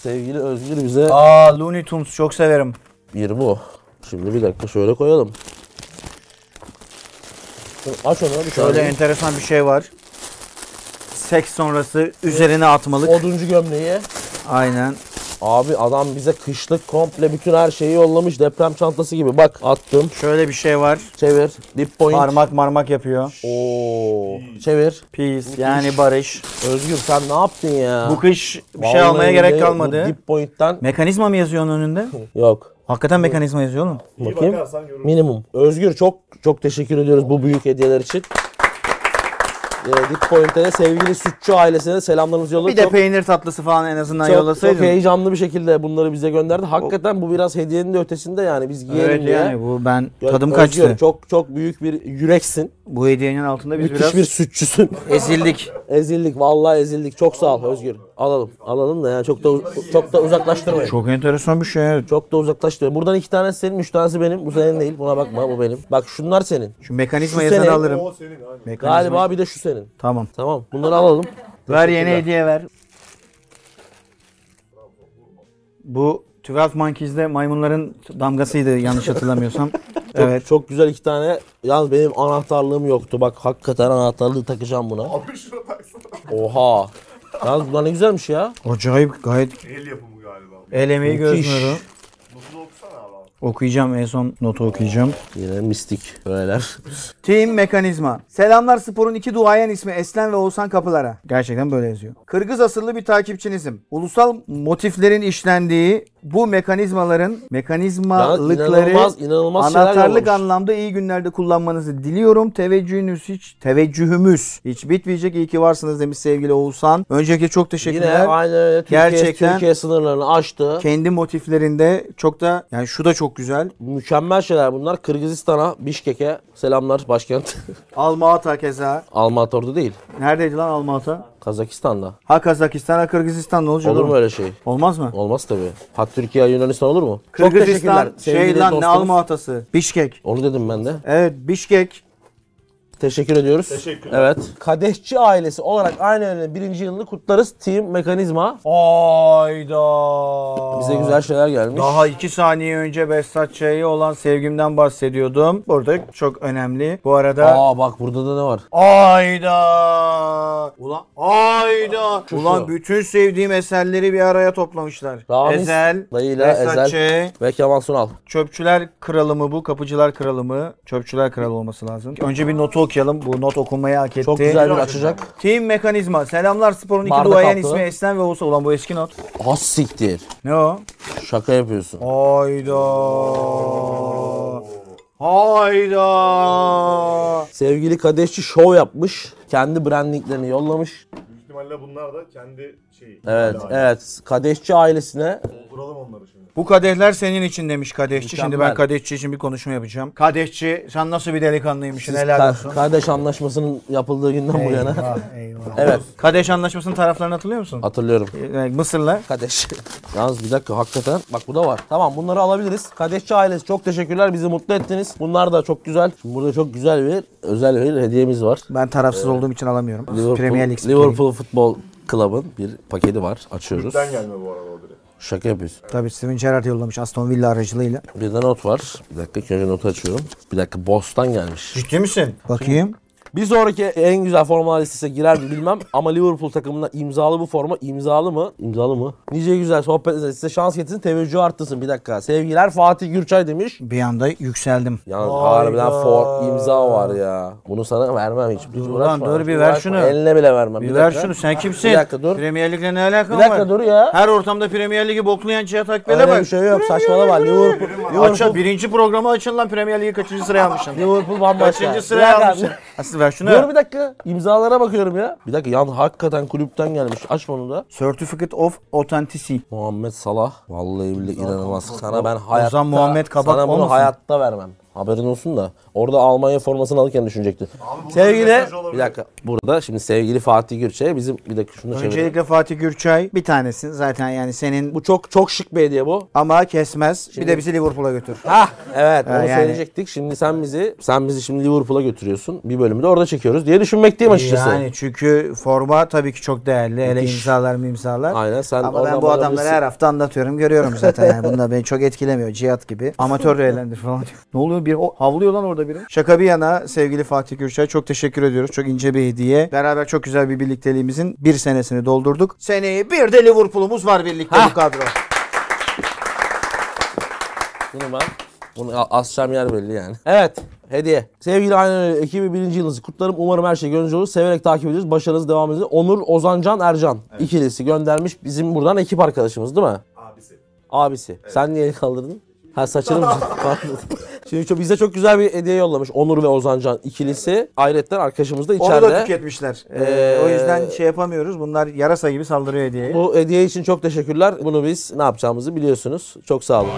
[SPEAKER 3] Sevgili Özgür bize...
[SPEAKER 1] Aa Looney Tunes çok severim.
[SPEAKER 3] Bir bu. Şimdi bir dakika şöyle koyalım. Aç onu bir
[SPEAKER 2] Şöyle
[SPEAKER 3] şöyle.
[SPEAKER 2] enteresan bir şey var.
[SPEAKER 1] Seks sonrası üzerine atmalık.
[SPEAKER 3] Oduncu gömleği.
[SPEAKER 2] Aynen.
[SPEAKER 3] Abi adam bize kışlık komple bütün her şeyi yollamış deprem çantası gibi. Bak attım.
[SPEAKER 2] Şöyle bir şey var.
[SPEAKER 3] Çevir. Dip point.
[SPEAKER 1] Parmak marmak yapıyor.
[SPEAKER 3] Oo. Çevir.
[SPEAKER 1] Peace yani barış.
[SPEAKER 3] Özgür sen ne yaptın ya?
[SPEAKER 1] Bu kış bir
[SPEAKER 3] Vallahi
[SPEAKER 1] şey almaya
[SPEAKER 3] bu
[SPEAKER 1] gerek kalmadı.
[SPEAKER 3] Dip point'ten
[SPEAKER 1] Mekanizma mı yazıyor onun önünde?
[SPEAKER 3] yok.
[SPEAKER 1] Hakikaten mekanizma yazıyor oğlum.
[SPEAKER 4] İyi
[SPEAKER 3] Bakayım.
[SPEAKER 4] bakarsan görürsün.
[SPEAKER 3] Minimum. Özgür çok çok teşekkür ediyoruz bu büyük hediyeler için. Ee, Dip Point'e de sevgili Sütçü ailesine de selamlarımızı
[SPEAKER 2] Bir
[SPEAKER 3] yolluyoruz.
[SPEAKER 2] de
[SPEAKER 3] Çok-
[SPEAKER 2] peynir tatlısı falan en azından
[SPEAKER 3] çok, çok
[SPEAKER 2] yollasaydın.
[SPEAKER 3] heyecanlı bir şekilde bunları bize gönderdi. Hakikaten bu biraz hediyenin de ötesinde yani biz giyelim
[SPEAKER 2] Evet
[SPEAKER 3] diye.
[SPEAKER 2] yani bu ben
[SPEAKER 3] Gö-
[SPEAKER 2] tadım
[SPEAKER 3] Özgür,
[SPEAKER 2] kaçtı.
[SPEAKER 3] Çok çok büyük bir yüreksin.
[SPEAKER 2] Bu hediyenin altında biz
[SPEAKER 3] Müthiş
[SPEAKER 2] biraz <laughs>
[SPEAKER 3] bir sütçüsün.
[SPEAKER 2] ezildik.
[SPEAKER 3] ezildik vallahi ezildik. Çok sağ ol Özgür. Alalım. Alalım da yani çok da uz- çok da uzaklaştırmayın.
[SPEAKER 2] Çok enteresan bir şey. evet.
[SPEAKER 3] Çok da uzaklaştırmayın. Buradan iki tanesi senin, üç tanesi benim. Bu senin değil. Buna bakma bu benim. Bak şunlar senin.
[SPEAKER 2] Şu mekanizma
[SPEAKER 3] Şu
[SPEAKER 2] yazanı
[SPEAKER 3] sene-
[SPEAKER 2] alırım.
[SPEAKER 4] O senin aynen.
[SPEAKER 2] Mekanizma.
[SPEAKER 3] Galiba bir de şu senin.
[SPEAKER 2] Tamam.
[SPEAKER 3] Tamam. Bunları alalım.
[SPEAKER 2] Ver yeni hediye ver. Bu 12 Monkeys'de maymunların damgasıydı yanlış hatırlamıyorsam. evet.
[SPEAKER 3] <laughs> Çok güzel iki tane. Yalnız benim anahtarlığım yoktu. Bak hakikaten anahtarlığı takacağım buna.
[SPEAKER 4] Abi <laughs> şuna baksana.
[SPEAKER 3] Oha. Yalnız bunlar ne güzelmiş ya.
[SPEAKER 2] Acayip gayet
[SPEAKER 4] El yapımı galiba.
[SPEAKER 2] el emeği göz
[SPEAKER 3] Müthiş.
[SPEAKER 2] nuru.
[SPEAKER 4] Notunu okusana abi.
[SPEAKER 2] Okuyacağım en son notu okuyacağım.
[SPEAKER 3] Yine mistik öğeler.
[SPEAKER 2] Team Mekanizma. Selamlar sporun iki duayen ismi Eslen ve Oğuzhan Kapılar'a. Gerçekten böyle yazıyor. Kırgız asıllı bir takipçinizim. Ulusal motiflerin işlendiği bu mekanizmaların mekanizmalıkları
[SPEAKER 3] inanılmaz- inanılmaz şeyler
[SPEAKER 2] anahtarlık
[SPEAKER 3] yollamış.
[SPEAKER 2] anlamda iyi günlerde kullanmanızı diliyorum. Teveccühünüz hiç teveccühümüz hiç bitmeyecek. İyi ki varsınız demiş sevgili Oğuzhan. Önceki çok
[SPEAKER 3] Yine
[SPEAKER 2] teşekkürler.
[SPEAKER 3] aynı öyle Türkiye,
[SPEAKER 2] Gerçekten-
[SPEAKER 3] Türkiye sınırlarını aştı.
[SPEAKER 2] Kendi motiflerinde çok da yani şu da çok çok güzel.
[SPEAKER 3] Mükemmel şeyler bunlar. Kırgızistan'a, Bişkek'e selamlar başkent. <laughs>
[SPEAKER 2] Almaata keza.
[SPEAKER 3] Almator'da değil.
[SPEAKER 2] Neredeydi lan Almaata?
[SPEAKER 3] Kazakistan'da.
[SPEAKER 2] Ha Kazakistan, ha Kırgızistan ne olacak?
[SPEAKER 3] Olur mu
[SPEAKER 2] oğlum?
[SPEAKER 3] öyle şey?
[SPEAKER 2] Olmaz mı?
[SPEAKER 3] Olmaz tabii. Ha Türkiye, Yunanistan olur mu? Çok
[SPEAKER 2] Kırgızistan
[SPEAKER 3] teşekkürler sevgili
[SPEAKER 2] şey lan
[SPEAKER 3] dostumuz.
[SPEAKER 2] ne Almaatası? Bişkek.
[SPEAKER 3] Onu dedim ben de.
[SPEAKER 2] Evet Bişkek.
[SPEAKER 3] Teşekkür ediyoruz.
[SPEAKER 4] Teşekkürler.
[SPEAKER 3] Evet. Kadehçi ailesi olarak aynı öyle birinci yılını kutlarız. Team Mekanizma.
[SPEAKER 2] Hayda.
[SPEAKER 3] Bize güzel şeyler gelmiş.
[SPEAKER 2] Daha iki saniye önce Behzat Ç'ye olan sevgimden bahsediyordum. Burada çok önemli. Bu arada...
[SPEAKER 3] Aa bak burada da ne var?
[SPEAKER 2] Ayda. Ulan ayda.
[SPEAKER 3] Şu
[SPEAKER 2] Ulan
[SPEAKER 3] şu.
[SPEAKER 2] bütün sevdiğim eserleri bir araya toplamışlar.
[SPEAKER 3] Ramiz
[SPEAKER 2] Ezel,
[SPEAKER 3] dayıyla
[SPEAKER 2] Behzat
[SPEAKER 3] Ezel.
[SPEAKER 2] Ç,
[SPEAKER 3] Ve Kemal Sunal.
[SPEAKER 2] Çöpçüler kralı mı bu? Kapıcılar kralı mı? Çöpçüler kralı olması lazım. Önce bir notu okuyalım. Bu not okunmayı hak etti.
[SPEAKER 3] Çok güzel bir açacak.
[SPEAKER 2] Team Mekanizma. Selamlar sporun iki
[SPEAKER 3] Bardak
[SPEAKER 2] duayen
[SPEAKER 3] altı.
[SPEAKER 2] ismi Esnem ve Oğuzhan. Ulan bu eski not.
[SPEAKER 3] Has siktir.
[SPEAKER 2] Ne o?
[SPEAKER 3] Şaka yapıyorsun.
[SPEAKER 2] Hayda. Hayda.
[SPEAKER 3] Sevgili Kadehçi şov yapmış. Kendi brandinglerini yollamış.
[SPEAKER 4] Büyük ihtimalle bunlar da kendi şeyi.
[SPEAKER 3] Evet,
[SPEAKER 4] Hala-
[SPEAKER 3] evet. Kadehçi ailesine
[SPEAKER 4] Dolduralım onları şimdi.
[SPEAKER 2] Bu kadehler senin için demiş kadehçi. Şimdi ben
[SPEAKER 3] Mükemmel.
[SPEAKER 2] kadehçi için bir konuşma yapacağım. Kadehçi sen nasıl bir delikanlıymışsın
[SPEAKER 3] siz
[SPEAKER 2] helal
[SPEAKER 3] ka-
[SPEAKER 2] olsun. Ah,
[SPEAKER 3] kardeş anlaşmasının yapıldığı günden bu yana.
[SPEAKER 2] Evet. Kadeş anlaşmasının taraflarını hatırlıyor musun?
[SPEAKER 3] Hatırlıyorum.
[SPEAKER 2] Ee, Mısır'la.
[SPEAKER 3] Kadeş. <laughs> Yalnız bir dakika hakikaten. Bak bu da var. Tamam bunları alabiliriz. Kadeşçi ailesi çok teşekkürler. Bizi mutlu ettiniz. Bunlar da çok güzel. Şimdi burada çok güzel bir özel bir hediyemiz var.
[SPEAKER 2] Ben tarafsız olduğum için alamıyorum. Premier Lig.
[SPEAKER 3] Liverpool Futbol Club'ın bir paketi var. Açıyoruz.
[SPEAKER 4] Ben gelme bu arada o direkt.
[SPEAKER 3] Şaka yapıyorsun.
[SPEAKER 2] Tabii Steven Gerrard yollamış Aston Villa aracılığıyla.
[SPEAKER 3] Bir de not var. Bir dakika. ilk Önce notu açıyorum. Bir dakika. Boss'tan gelmiş.
[SPEAKER 2] Ciddi misin? Bakayım.
[SPEAKER 3] Bir sonraki en güzel forma listesine girer mi bilmem <laughs> ama Liverpool takımına imzalı bu forma imzalı mı? İmzalı mı? Nice güzel sohbetler size şans getirsin teveccühü arttırsın bir dakika. Sevgiler Fatih Gürçay demiş.
[SPEAKER 2] Bir anda yükseldim.
[SPEAKER 3] Yalnız
[SPEAKER 2] Vay
[SPEAKER 3] harbiden
[SPEAKER 2] be.
[SPEAKER 3] for imza var ya. Bunu sana vermem hiç. Dur
[SPEAKER 2] lan, dur, bir ver şunu.
[SPEAKER 3] Eline bile vermem.
[SPEAKER 2] Bir,
[SPEAKER 3] Bir
[SPEAKER 2] ver
[SPEAKER 3] dakika.
[SPEAKER 2] şunu sen kimsin?
[SPEAKER 3] Bir dakika dur.
[SPEAKER 2] Premier Lig'le ne alakan
[SPEAKER 3] Bir
[SPEAKER 2] var?
[SPEAKER 3] dakika dur ya.
[SPEAKER 2] Her ortamda Premier Lig'i boklayan Cihat Akbel'e
[SPEAKER 3] Öyle
[SPEAKER 2] bak.
[SPEAKER 3] bir şey yok saçmalama. Liverpool,
[SPEAKER 2] Açın,
[SPEAKER 3] Liverpool,
[SPEAKER 2] birinci programı açın lan Premier Lig'i kaçıncı sıraya almışsın?
[SPEAKER 3] Liverpool bambaşka.
[SPEAKER 2] Kaçıncı
[SPEAKER 3] Bir
[SPEAKER 2] sıraya
[SPEAKER 3] dakika.
[SPEAKER 2] almışsın? Asıl ver şunu.
[SPEAKER 3] Dur bir dakika. İmzalara bakıyorum ya. Bir dakika yan hakikaten kulüpten gelmiş. Aç bunu da.
[SPEAKER 2] Certificate of Authenticity.
[SPEAKER 3] Muhammed Salah. Vallahi billahi inanılmaz. Sana ben hayatta
[SPEAKER 2] Ozan Muhammed Kabak
[SPEAKER 3] sana bunu
[SPEAKER 2] olmasın?
[SPEAKER 3] hayatta vermem. Haberin olsun da. Orada Almanya formasını alırken düşünecektin.
[SPEAKER 4] burada bir
[SPEAKER 3] Sevgili
[SPEAKER 4] mesaj olabilir.
[SPEAKER 3] bir dakika. Burada şimdi sevgili Fatih Gürçay bizim bir dakika şunu da çevirelim.
[SPEAKER 2] Öncelikle Fatih Gürçay bir tanesin zaten yani senin bu
[SPEAKER 3] Bu çok çok şık bir hediye bu.
[SPEAKER 2] ama kesmez. Bir de bizi Liverpool'a götür.
[SPEAKER 3] Ha evet onu
[SPEAKER 2] yani.
[SPEAKER 3] söyleyecektik. Şimdi sen bizi sen bizi şimdi Liverpool'a götürüyorsun. Bir bölümü de orada çekiyoruz diye düşünmekteyim açıkçası.
[SPEAKER 2] Yani çünkü forma tabii ki çok değerli. Hele imzalar mı imzalar.
[SPEAKER 3] Aynen, sen
[SPEAKER 2] Ama
[SPEAKER 3] oradan
[SPEAKER 2] ben bu
[SPEAKER 3] bana
[SPEAKER 2] adamları
[SPEAKER 3] birisi-
[SPEAKER 2] her hafta anlatıyorum. Görüyorum zaten yani. Bunlar beni çok etkilemiyor. Cihat gibi. Amatör eğlendir falan. ne oluyor? Bir o, havlıyor lan orada biri. Şaka bir yana sevgili Fatih Gürçay çok teşekkür ediyoruz. Çok ince bir hediye. Beraber çok güzel bir birlikteliğimizin bir senesini doldurduk. Seneyi bir de Liverpool'umuz var birlikte bu kadro.
[SPEAKER 3] Bunu ben bunu a- asacağım yer belli yani. Evet. Hediye. Sevgili Aynen Öyle ekibi birinci yılınızı kutlarım. Umarım her şey gönlünüzce olur. Severek takip ediyoruz. Başarınız devam edin. Onur, Ozancan, Ercan ikilisi göndermiş. Bizim buradan ekip arkadaşımız değil mi?
[SPEAKER 4] Abisi.
[SPEAKER 3] Abisi. Sen niye kaldırdın? Ha <laughs> saçını mı? Pardon. Şimdi çok, bize çok güzel bir hediye yollamış. Onur ve Ozancan ikilisi. Ayrıca arkadaşımız da içeride.
[SPEAKER 2] Onu da tüketmişler. Ee,
[SPEAKER 3] Ee,
[SPEAKER 2] o yüzden şey yapamıyoruz. Bunlar yarasa gibi saldırıyor hediyeyi.
[SPEAKER 3] Bu hediye için çok teşekkürler. Bunu biz ne yapacağımızı biliyorsunuz. Çok sağ olun.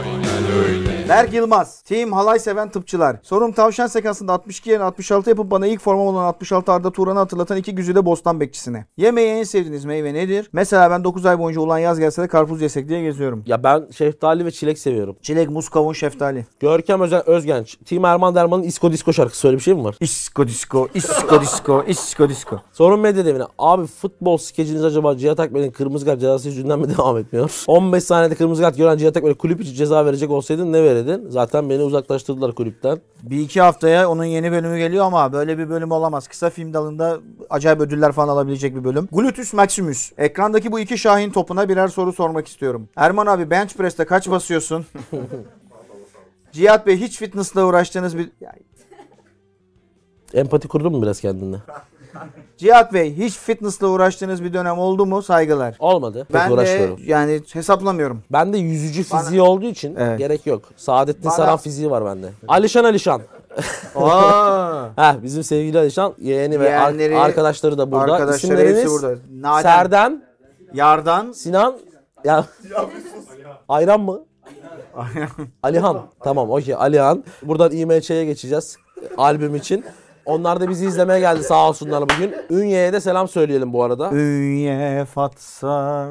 [SPEAKER 2] Berk Yılmaz. Team halay seven tıpçılar. Sorum tavşan sekansında 62 yerine 66 yapıp bana ilk formam olan 66 Arda Turan'ı hatırlatan iki güzide bostan bekçisine. Yemeği en sevdiğiniz meyve nedir? Mesela ben 9 ay boyunca olan yaz gelse de karpuz yesek diye geziyorum.
[SPEAKER 3] Ya ben şeftali ve çilek seviyorum.
[SPEAKER 2] Çilek, muz, kavun, şeftali.
[SPEAKER 3] Görkem Özen Özgenç. Team Erman Derman'ın İsko Disko şarkısı öyle bir şey mi var?
[SPEAKER 2] İsko disko, isko disko, isko disko.
[SPEAKER 3] Sorun medya devine. Abi futbol skeciniz acaba Cihat Akbel'in kırmızı kart cezası yüzünden mi <laughs> devam etmiyor? 15 saniyede kırmızı kart gören Cihat Akbel'e kulüp içi ceza verecek olsaydın ne verirdin? Zaten beni uzaklaştırdılar kulüpten.
[SPEAKER 2] Bir iki haftaya onun yeni bölümü geliyor ama böyle bir bölüm olamaz. Kısa film dalında acayip ödüller falan alabilecek bir bölüm. Gluteus Maximus. Ekrandaki bu iki şahin topuna birer soru sormak istiyorum. Erman abi bench press'te kaç
[SPEAKER 3] <laughs>
[SPEAKER 2] basıyorsun? Cihat Bey hiç fitnessla uğraştığınız bir... Ya,
[SPEAKER 3] Empati kurdun mu biraz kendinle?
[SPEAKER 2] Cihat Bey hiç fitnessla uğraştığınız bir dönem oldu mu? Saygılar.
[SPEAKER 3] Olmadı. Pek
[SPEAKER 2] Ben de
[SPEAKER 3] uğraşmıyorum.
[SPEAKER 2] yani
[SPEAKER 3] <laughs>
[SPEAKER 2] hesaplamıyorum.
[SPEAKER 3] Ben de yüzücü fiziği olduğu için
[SPEAKER 2] Evet.
[SPEAKER 3] gerek yok. Saadettin Saran fiziği var bende. Alişan Alişan.
[SPEAKER 2] Aa,
[SPEAKER 3] Heh, bizim sevgili Alişan yeğeni ve ar-
[SPEAKER 2] Yeğenleri,
[SPEAKER 3] arkadaşları da burada.
[SPEAKER 2] arkadaşları hepsi
[SPEAKER 3] İsimleriniz
[SPEAKER 2] burada. Naden.
[SPEAKER 3] Serdem, <laughs>
[SPEAKER 2] Yardan.
[SPEAKER 3] Sinan, ya,
[SPEAKER 4] Ya bir sus.
[SPEAKER 3] Ayran mı? Alihan. Tamam okey Alihan. Buradan IMÇ'ye geçeceğiz <laughs> albüm için. Onlar da bizi izlemeye geldi sağ olsunlar bugün. Ünye'ye de selam söyleyelim bu arada.
[SPEAKER 2] Ünye Fatsa.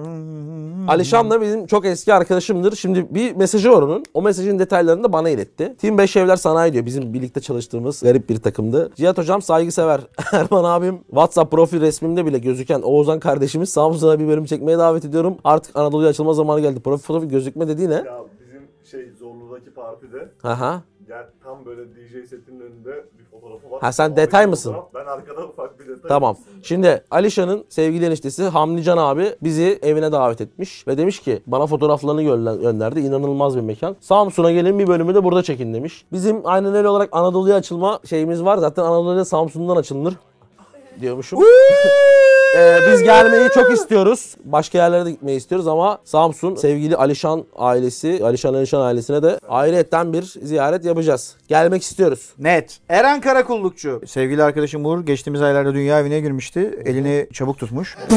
[SPEAKER 3] Alişan da bizim çok eski arkadaşımdır. Şimdi bir mesajı var onun. O mesajın detaylarını da bana iletti. Team 5 Evler Sanayi diyor. Bizim birlikte çalıştığımız garip bir takımdı. Cihat Hocam saygısever. <laughs> Erman abim WhatsApp profil resmimde bile gözüken Oğuzhan kardeşimiz Samsun'a bir bölüm çekmeye davet ediyorum. Artık Anadolu'ya açılma zamanı geldi. Profil fotoğrafı gözükme dediği ne?
[SPEAKER 4] Ya bizim şey Zorlu'daki partide
[SPEAKER 3] Aha.
[SPEAKER 4] yani tam böyle DJ setinin önünde bir fotoğrafı var.
[SPEAKER 3] Ha, sen
[SPEAKER 4] Abi,
[SPEAKER 3] detay
[SPEAKER 4] bir
[SPEAKER 3] mısın?
[SPEAKER 4] fotoğraf. Ben arkada ufak bir detay.
[SPEAKER 3] Tamam. Şimdi Alişan'ın sevgili eniştesi Hamdican abi bizi evine davet etmiş ve demiş ki bana fotoğraflarını gönder- gönderdi. İnanılmaz bir mekan. Samsun'a gelin bir bölümü de burada çekin demiş. Bizim aynen öyle olarak Anadolu'ya açılma şeyimiz var. Zaten Anadolu'ya Samsun'dan açılır diyormuşum. Ee, biz gelmeyi çok istiyoruz. Başka yerlere de gitmeyi istiyoruz ama Samsun sevgili Alişan ailesi, Alişan Alişan ailesine de ayrıyetten bir ziyaret yapacağız. Gelmek istiyoruz.
[SPEAKER 2] Net. Eren Karakullukçu. Sevgili arkadaşım Uğur geçtiğimiz aylarda dünya evine girmişti. Elini çabuk tutmuş. <laughs>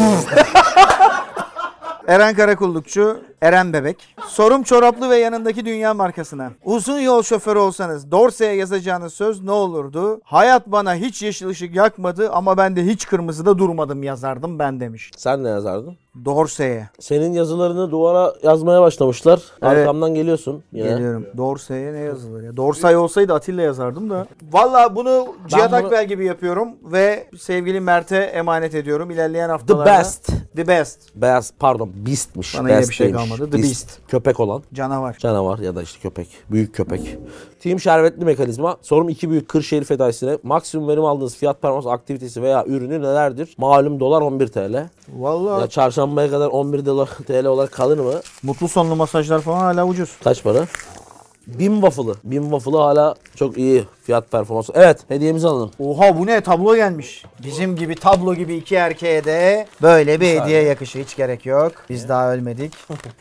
[SPEAKER 2] Eren Karakullukçu, Eren Bebek. Sorum çoraplı ve yanındaki dünya markasına. Uzun yol şoförü olsanız Dorse'ye yazacağınız söz ne olurdu? Hayat bana hiç yeşil ışık yakmadı ama ben de hiç kırmızıda durmadım yazardım ben demiş.
[SPEAKER 3] Sen ne yazardın?
[SPEAKER 2] Dorse'ye.
[SPEAKER 3] Senin yazılarını duvara yazmaya başlamışlar. Arkamdan geliyorsun yine.
[SPEAKER 2] Geliyorum. Dorse'ye ne yazılır ya? Dorsay olsaydı Atilla yazardım da. Valla bunu Cihat
[SPEAKER 3] bunu-
[SPEAKER 2] Akbel gibi yapıyorum ve sevgili Mert'e emanet ediyorum. İlerleyen
[SPEAKER 3] The
[SPEAKER 2] haftalarda.
[SPEAKER 3] Best.
[SPEAKER 2] The best.
[SPEAKER 3] Beyaz pardon Beast'miş.
[SPEAKER 2] Bana yine
[SPEAKER 3] Best
[SPEAKER 2] bir şey
[SPEAKER 3] değilmiş.
[SPEAKER 2] kalmadı. The Beast.
[SPEAKER 3] Köpek olan.
[SPEAKER 2] Canavar.
[SPEAKER 3] Canavar ya da işte köpek. Büyük köpek. Team şerbetli mekanizma. Sorum iki büyük Kırşehir fedaisine. Maksimum verim aldığınız fiyat performans aktivitesi veya ürünü nelerdir? Malum dolar 11 TL.
[SPEAKER 2] Valla
[SPEAKER 3] Ya çarşambaya kadar 11 dolar <laughs> TL olarak kalır mı?
[SPEAKER 2] mutlu sonlu masajlar falan hala ucuz.
[SPEAKER 3] Kaç para? Bin waffle'ı. Bin waffle'ı hala çok iyi fiyat performansı. Evet hediyemizi alalım.
[SPEAKER 2] Oha bu ne tablo gelmiş. Bizim gibi tablo gibi iki erkeğe de böyle bir hediye yakışır. Hiç gerek yok. Biz daha
[SPEAKER 3] <laughs>
[SPEAKER 2] ölmedik.
[SPEAKER 4] Ödemi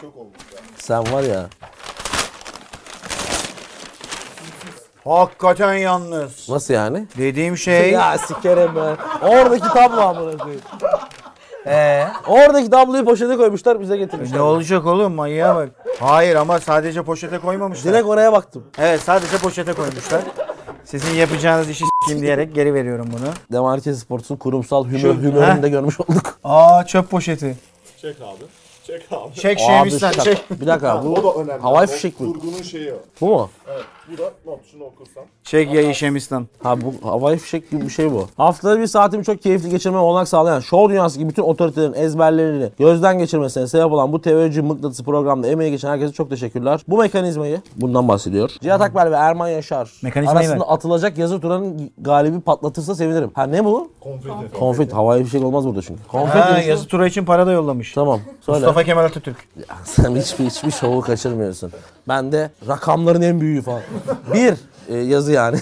[SPEAKER 4] çok olmuş ya.
[SPEAKER 3] Sen var ya.
[SPEAKER 2] Hakikaten yalnız.
[SPEAKER 3] Nasıl yani?
[SPEAKER 2] Dediğim şey
[SPEAKER 3] Ya sikerim ben. Oradaki tablo amına koyayım. Oradaki tabloyu poşete koymuşlar bize getirmişler.
[SPEAKER 2] e, ne olacak oğlum manyağa bak. Hayır ama sadece poşete koymamışlar.
[SPEAKER 3] Direkt oraya baktım.
[SPEAKER 2] Evet sadece poşete koymuşlar. Sizin yapacağınız işi s**eyim diyerek geri veriyorum bunu.
[SPEAKER 3] Demarke Sports'un kurumsal hümör,
[SPEAKER 2] heh.
[SPEAKER 3] hümörünü de görmüş olduk.
[SPEAKER 2] Aa çöp poşeti.
[SPEAKER 4] Çek abi. Çek <laughs> abi.
[SPEAKER 2] Çek
[SPEAKER 3] Abi
[SPEAKER 2] şeymişsen
[SPEAKER 3] şaka-
[SPEAKER 2] çek.
[SPEAKER 3] Bir dakika
[SPEAKER 4] O da
[SPEAKER 3] bu
[SPEAKER 4] önemli.
[SPEAKER 3] havai
[SPEAKER 4] O
[SPEAKER 3] fişek mi?
[SPEAKER 4] Kurgunun şeyi o.
[SPEAKER 3] Bu mu?
[SPEAKER 4] Evet. Bu da not şunu okursam.
[SPEAKER 2] Çek yayı Şemistan.
[SPEAKER 3] Ha bu havai fişek gibi bir şey bu. Haftada bir saatimi çok keyifli geçirmeme olanak sağlayan şov dünyası gibi bütün otoritelerin ezberlerini gözden geçirmesine sebep olan bu TVC mıknatısı programda emeği geçen herkese çok teşekkürler. Bu mekanizmayı bundan bahsediyor. Cihat Akbel ve Erman Yaşar
[SPEAKER 2] Mekanizmayı
[SPEAKER 3] arasında atılacak yazı turanın galibi patlatırsa sevinirim. Ha ne bu?
[SPEAKER 4] Konfeti.
[SPEAKER 3] Konfet. Havai fişek olmaz burada çünkü. Konfet.
[SPEAKER 2] Ha,
[SPEAKER 3] yazı-
[SPEAKER 2] yazı tura için para da yollamış.
[SPEAKER 3] Tamam. Söyle.
[SPEAKER 2] Mustafa Kemal Atatürk.
[SPEAKER 3] <laughs> Sen hiçbir, hiçbir şovu kaçırmıyorsun. Ben de rakamların en büyüğü falan. Bir e, yazı yani.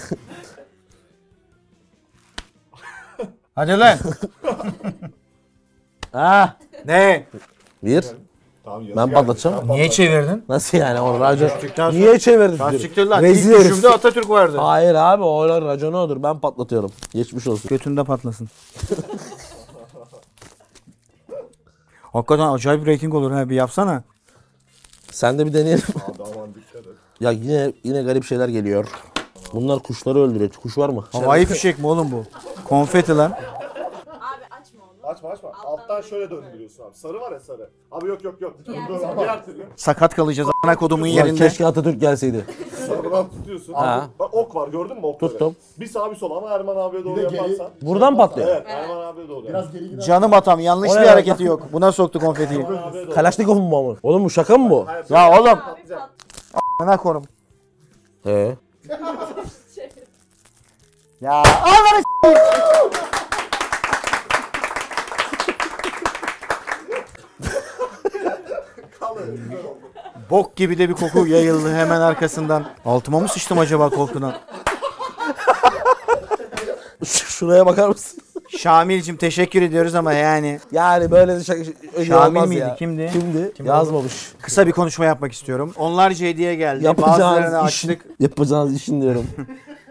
[SPEAKER 2] Hadi lan.
[SPEAKER 3] ha.
[SPEAKER 2] <laughs> ne?
[SPEAKER 3] Bir.
[SPEAKER 4] Tamam yazı
[SPEAKER 3] Ben
[SPEAKER 4] geldi.
[SPEAKER 3] patlatacağım.
[SPEAKER 2] Niye çevirdin?
[SPEAKER 3] Nasıl yani o racon?
[SPEAKER 2] sonra-
[SPEAKER 3] Niye
[SPEAKER 2] Lan
[SPEAKER 3] çevirdin? diyorum.
[SPEAKER 2] siktir lan.
[SPEAKER 3] Rezil
[SPEAKER 2] İlk
[SPEAKER 3] herif.
[SPEAKER 2] düşümde Atatürk vardı.
[SPEAKER 3] Hayır abi o öyle raconu odur. Ben patlatıyorum. Geçmiş olsun.
[SPEAKER 2] Götünde patlasın. Hakikaten acayip rating olur ha bir yapsana.
[SPEAKER 3] Sen de bir deneyelim.
[SPEAKER 4] Abi aman dikkat et.
[SPEAKER 3] ya yine yine garip şeyler geliyor. Bunlar kuşları öldürüyor. Kuş var mı?
[SPEAKER 2] Havai fişek mi oğlum bu? Konfeti lan.
[SPEAKER 5] Abi açma onu.
[SPEAKER 4] Açma açma. Alttan şöyle döndürüyorsun abi. Sarı var ya sarı. Abi yok yok yok. Dur, Diğer türlü.
[SPEAKER 2] Sakat kalacağız ana kodumun
[SPEAKER 3] Ulan
[SPEAKER 2] yerinde.
[SPEAKER 3] keşke Atatürk gelseydi.
[SPEAKER 4] Sarıdan tutuyorsun.
[SPEAKER 3] Ha.
[SPEAKER 4] Abi, bak ok var gördün mü okları?
[SPEAKER 3] Tuttum.
[SPEAKER 4] Bir sağ bir sol ama Erman abiye doğru yaparsan.
[SPEAKER 3] Buradan patlıyor.
[SPEAKER 4] Evet Erman abiye doğru. Biraz geri gider.
[SPEAKER 2] Canım atam yanlış
[SPEAKER 3] Oraya
[SPEAKER 2] bir
[SPEAKER 3] bak.
[SPEAKER 2] hareketi yok. Buna soktu konfetiyi.
[SPEAKER 3] Kalaşnikov mu bu? Oğlum bu şaka mı bu?
[SPEAKER 2] ya oğlum. Ana konum.
[SPEAKER 3] Ee? <laughs>
[SPEAKER 2] Ya ananı s- Bok gibi de bir koku yayıldı hemen arkasından. Altıma mı sıçtım acaba korkudan?
[SPEAKER 3] Şuraya bakar mısın?
[SPEAKER 2] Şamil'cim teşekkür ediyoruz ama yani
[SPEAKER 3] Yani böyle de şaka öyle
[SPEAKER 2] Şamil
[SPEAKER 3] olmaz
[SPEAKER 2] miydi?
[SPEAKER 3] ya.
[SPEAKER 2] Kimdi?
[SPEAKER 3] Kimdi? Yazmamış.
[SPEAKER 2] kısa bir konuşma yapmak istiyorum. Onlarca hediye geldi. Bazılarını
[SPEAKER 3] Yapacağınız işin,
[SPEAKER 2] açtık.
[SPEAKER 3] yapacağınız işin diyorum.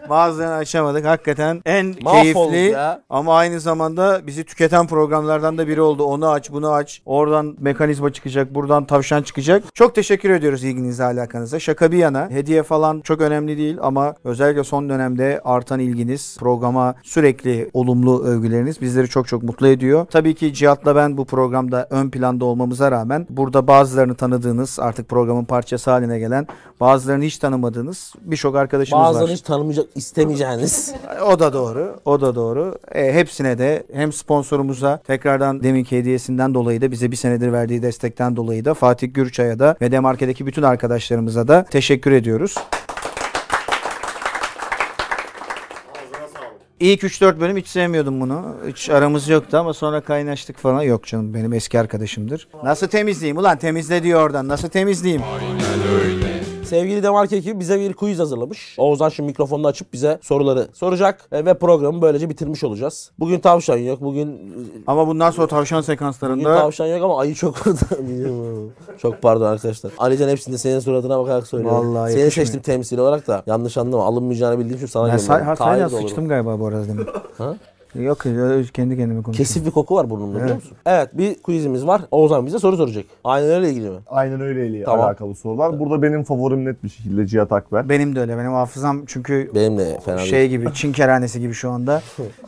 [SPEAKER 2] Bazılarını açamadık. Hakikaten en
[SPEAKER 3] Mahvolduk
[SPEAKER 2] keyifli
[SPEAKER 3] ya.
[SPEAKER 2] ama aynı zamanda bizi tüketen programlardan da biri oldu. Onu aç, bunu aç. Oradan mekanizma çıkacak, buradan tavşan çıkacak. Çok teşekkür ediyoruz ilginize, alakanıza. Şaka bir yana hediye falan çok önemli değil ama özellikle son dönemde artan ilginiz, programa sürekli olumlu övgüleriniz bizleri çok çok mutlu ediyor. Tabii ki Cihat'la ben bu programda ön planda olmamıza rağmen burada bazılarını tanıdığınız, artık programın parçası haline gelen, bazılarını hiç tanımadığınız birçok arkadaşımız var.
[SPEAKER 3] Bazılarını hiç tanımayacak, istemeyeceğiniz.
[SPEAKER 2] O da doğru. O da doğru. E, hepsine de hem sponsorumuza tekrardan deminki hediyesinden dolayı da bize bir senedir verdiği destekten dolayı da Fatih Gürçay'a da ve Demarke'deki bütün arkadaşlarımıza da teşekkür ediyoruz.
[SPEAKER 4] Ağzına sağlık.
[SPEAKER 2] İlk 3-4 bölüm hiç sevmiyordum bunu. Hiç aramız yoktu ama sonra kaynaştık falan. Yok canım benim eski arkadaşımdır. Nasıl temizleyeyim ulan temizle diyor oradan. Nasıl temizleyeyim?
[SPEAKER 3] Sevgili Demark ekibi bize bir quiz hazırlamış. Oğuzhan şimdi mikrofonunu açıp bize soruları soracak e, ve programı böylece bitirmiş olacağız. Bugün tavşan yok, bugün,
[SPEAKER 2] Ama bundan sonra tavşan
[SPEAKER 3] bugün
[SPEAKER 2] sekanslarında
[SPEAKER 3] tavşan yok ama ayı çok
[SPEAKER 2] <laughs>
[SPEAKER 3] Bilmiyorum. Çok pardon arkadaşlar. Alican hepsini de senin suratına bakarak söylüyorum.
[SPEAKER 2] Vallahi
[SPEAKER 3] Seni
[SPEAKER 2] yakışmıyor.
[SPEAKER 3] seçtim temsil olarak da yanlış anlama alınmayacağını bildiğim için sana
[SPEAKER 2] ben
[SPEAKER 3] geliyorum.
[SPEAKER 2] say- ha,
[SPEAKER 3] Tahil
[SPEAKER 2] sayla
[SPEAKER 3] de olurum.
[SPEAKER 2] sıçtım galiba bu arada demin.
[SPEAKER 3] Ha?
[SPEAKER 2] Yok öyle kendi kendime konuşuyorum.
[SPEAKER 3] Kesif bir koku var burnumda biliyor musun? Evet bir quizimiz var. Oğuzhan bize soru soracak. Aynen öyle ilgili mi?
[SPEAKER 4] Aynen öyle ile
[SPEAKER 3] Tamam.
[SPEAKER 4] alakalı sorular. Burada benim favorim net bir şekilde Cihat Akber.
[SPEAKER 2] Benim de öyle. Benim hafızam çünkü
[SPEAKER 3] Benim de fena değil.
[SPEAKER 2] şey gibi Çin kerhanesi gibi şu anda.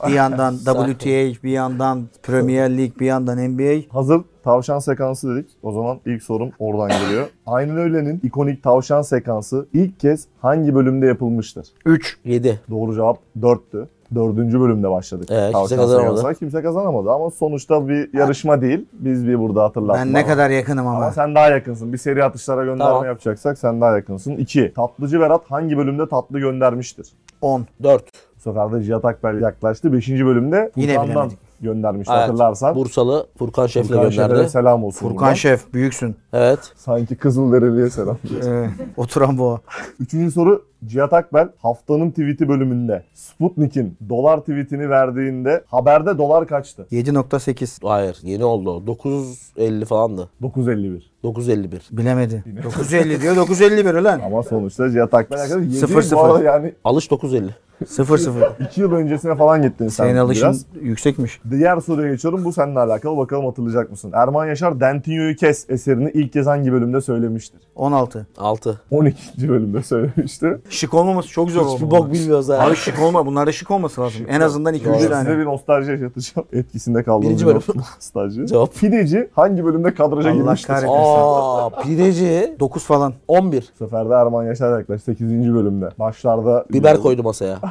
[SPEAKER 2] Bir
[SPEAKER 3] <laughs>
[SPEAKER 2] yandan WTA, bir yandan Premier League, bir yandan NBA.
[SPEAKER 4] Hazır tavşan sekansı dedik. O zaman ilk sorum oradan geliyor. Aynen öyle'nin ikonik tavşan sekansı ilk kez hangi bölümde yapılmıştır?
[SPEAKER 2] 3.
[SPEAKER 3] 7.
[SPEAKER 4] Doğru cevap 4'tü. Dördüncü bölümde başladık.
[SPEAKER 3] Evet, Ee, kimse
[SPEAKER 4] Tavşan
[SPEAKER 3] kazanamadı.
[SPEAKER 4] sekansı. Kimse kazanamadı ama sonuçta bir yarışma değil. Biz bir burada hatırlatma.
[SPEAKER 2] Ben ne
[SPEAKER 4] var.
[SPEAKER 2] kadar yakınım
[SPEAKER 4] Ama
[SPEAKER 2] ama.
[SPEAKER 4] sen daha yakınsın. Bir seri atışlara gönderme
[SPEAKER 3] Tamam.
[SPEAKER 4] yapacaksak sen daha yakınsın. 2. Tatlıcı Berat hangi bölümde tatlı göndermiştir?
[SPEAKER 2] 10.
[SPEAKER 3] 4.
[SPEAKER 4] Bu sefer de Cihat Akbel yaklaştı. 5. bölümde
[SPEAKER 2] Yine
[SPEAKER 4] Furkan'dan
[SPEAKER 2] bilemedik.
[SPEAKER 4] göndermişti
[SPEAKER 3] Evet.
[SPEAKER 4] hatırlarsan.
[SPEAKER 3] Bursalı Furkan Şef'le
[SPEAKER 4] Furkan Şener'e
[SPEAKER 3] gönderdi.
[SPEAKER 4] selam olsun.
[SPEAKER 2] Furkan
[SPEAKER 4] buradan.
[SPEAKER 2] Şef büyüksün.
[SPEAKER 3] Evet.
[SPEAKER 4] Sanki Kızılderili'ye selam.
[SPEAKER 2] Ee, <laughs> oturan bu.
[SPEAKER 4] <laughs> Üçüncü soru Cihat Akbel haftanın tweet'i bölümünde Sputnik'in dolar tweet'ini verdiğinde haberde dolar kaçtı?
[SPEAKER 2] 7.8.
[SPEAKER 3] Hayır yeni oldu o. 9.50 falandı.
[SPEAKER 4] 9.51.
[SPEAKER 3] 9.51.
[SPEAKER 2] Bilemedi. 950 diyor. 951 ulan.
[SPEAKER 4] Ama sonuçta Cihat Akbel arkadaşlar yedi-
[SPEAKER 2] Sıfır sıfır.
[SPEAKER 4] Bu arada yani
[SPEAKER 3] Alış 9.50.
[SPEAKER 2] 0 0.
[SPEAKER 4] 2 yıl öncesine falan gittin sen
[SPEAKER 2] Senin alışın
[SPEAKER 4] biraz.
[SPEAKER 2] yüksekmiş.
[SPEAKER 4] Diğer soruya geçiyorum. Bu seninle alakalı. Bakalım hatırlayacak mısın? Erman Yaşar Dentinyo'yu kes eserini ilk kez hangi bölümde söylemiştir? <laughs>
[SPEAKER 2] 16.
[SPEAKER 3] 6.
[SPEAKER 4] 12. bölümde söylemişti.
[SPEAKER 2] Şık olmaması çok zor oldu.
[SPEAKER 3] Hiçbir bok bilmiyoruz ha.
[SPEAKER 2] Abi şık olma. Bunlarda şık olması lazım. En azından 2 3
[SPEAKER 4] Size size
[SPEAKER 2] tane.
[SPEAKER 4] bir nostalji yaşatacağım. Etkisinde kaldığım
[SPEAKER 3] Birinci
[SPEAKER 4] bir
[SPEAKER 3] bölüm.
[SPEAKER 4] <laughs> nostalji.
[SPEAKER 3] Cevap.
[SPEAKER 4] Pideci hangi bölümde kadraja
[SPEAKER 2] Allah
[SPEAKER 4] girmiştir?
[SPEAKER 2] kahretmesin.
[SPEAKER 3] Aa pideci
[SPEAKER 2] 9 falan.
[SPEAKER 3] 11.
[SPEAKER 4] Bu sefer de Erman Yaşar yaklaş 8. bölümde. Başlarda
[SPEAKER 3] Biber koydu masaya.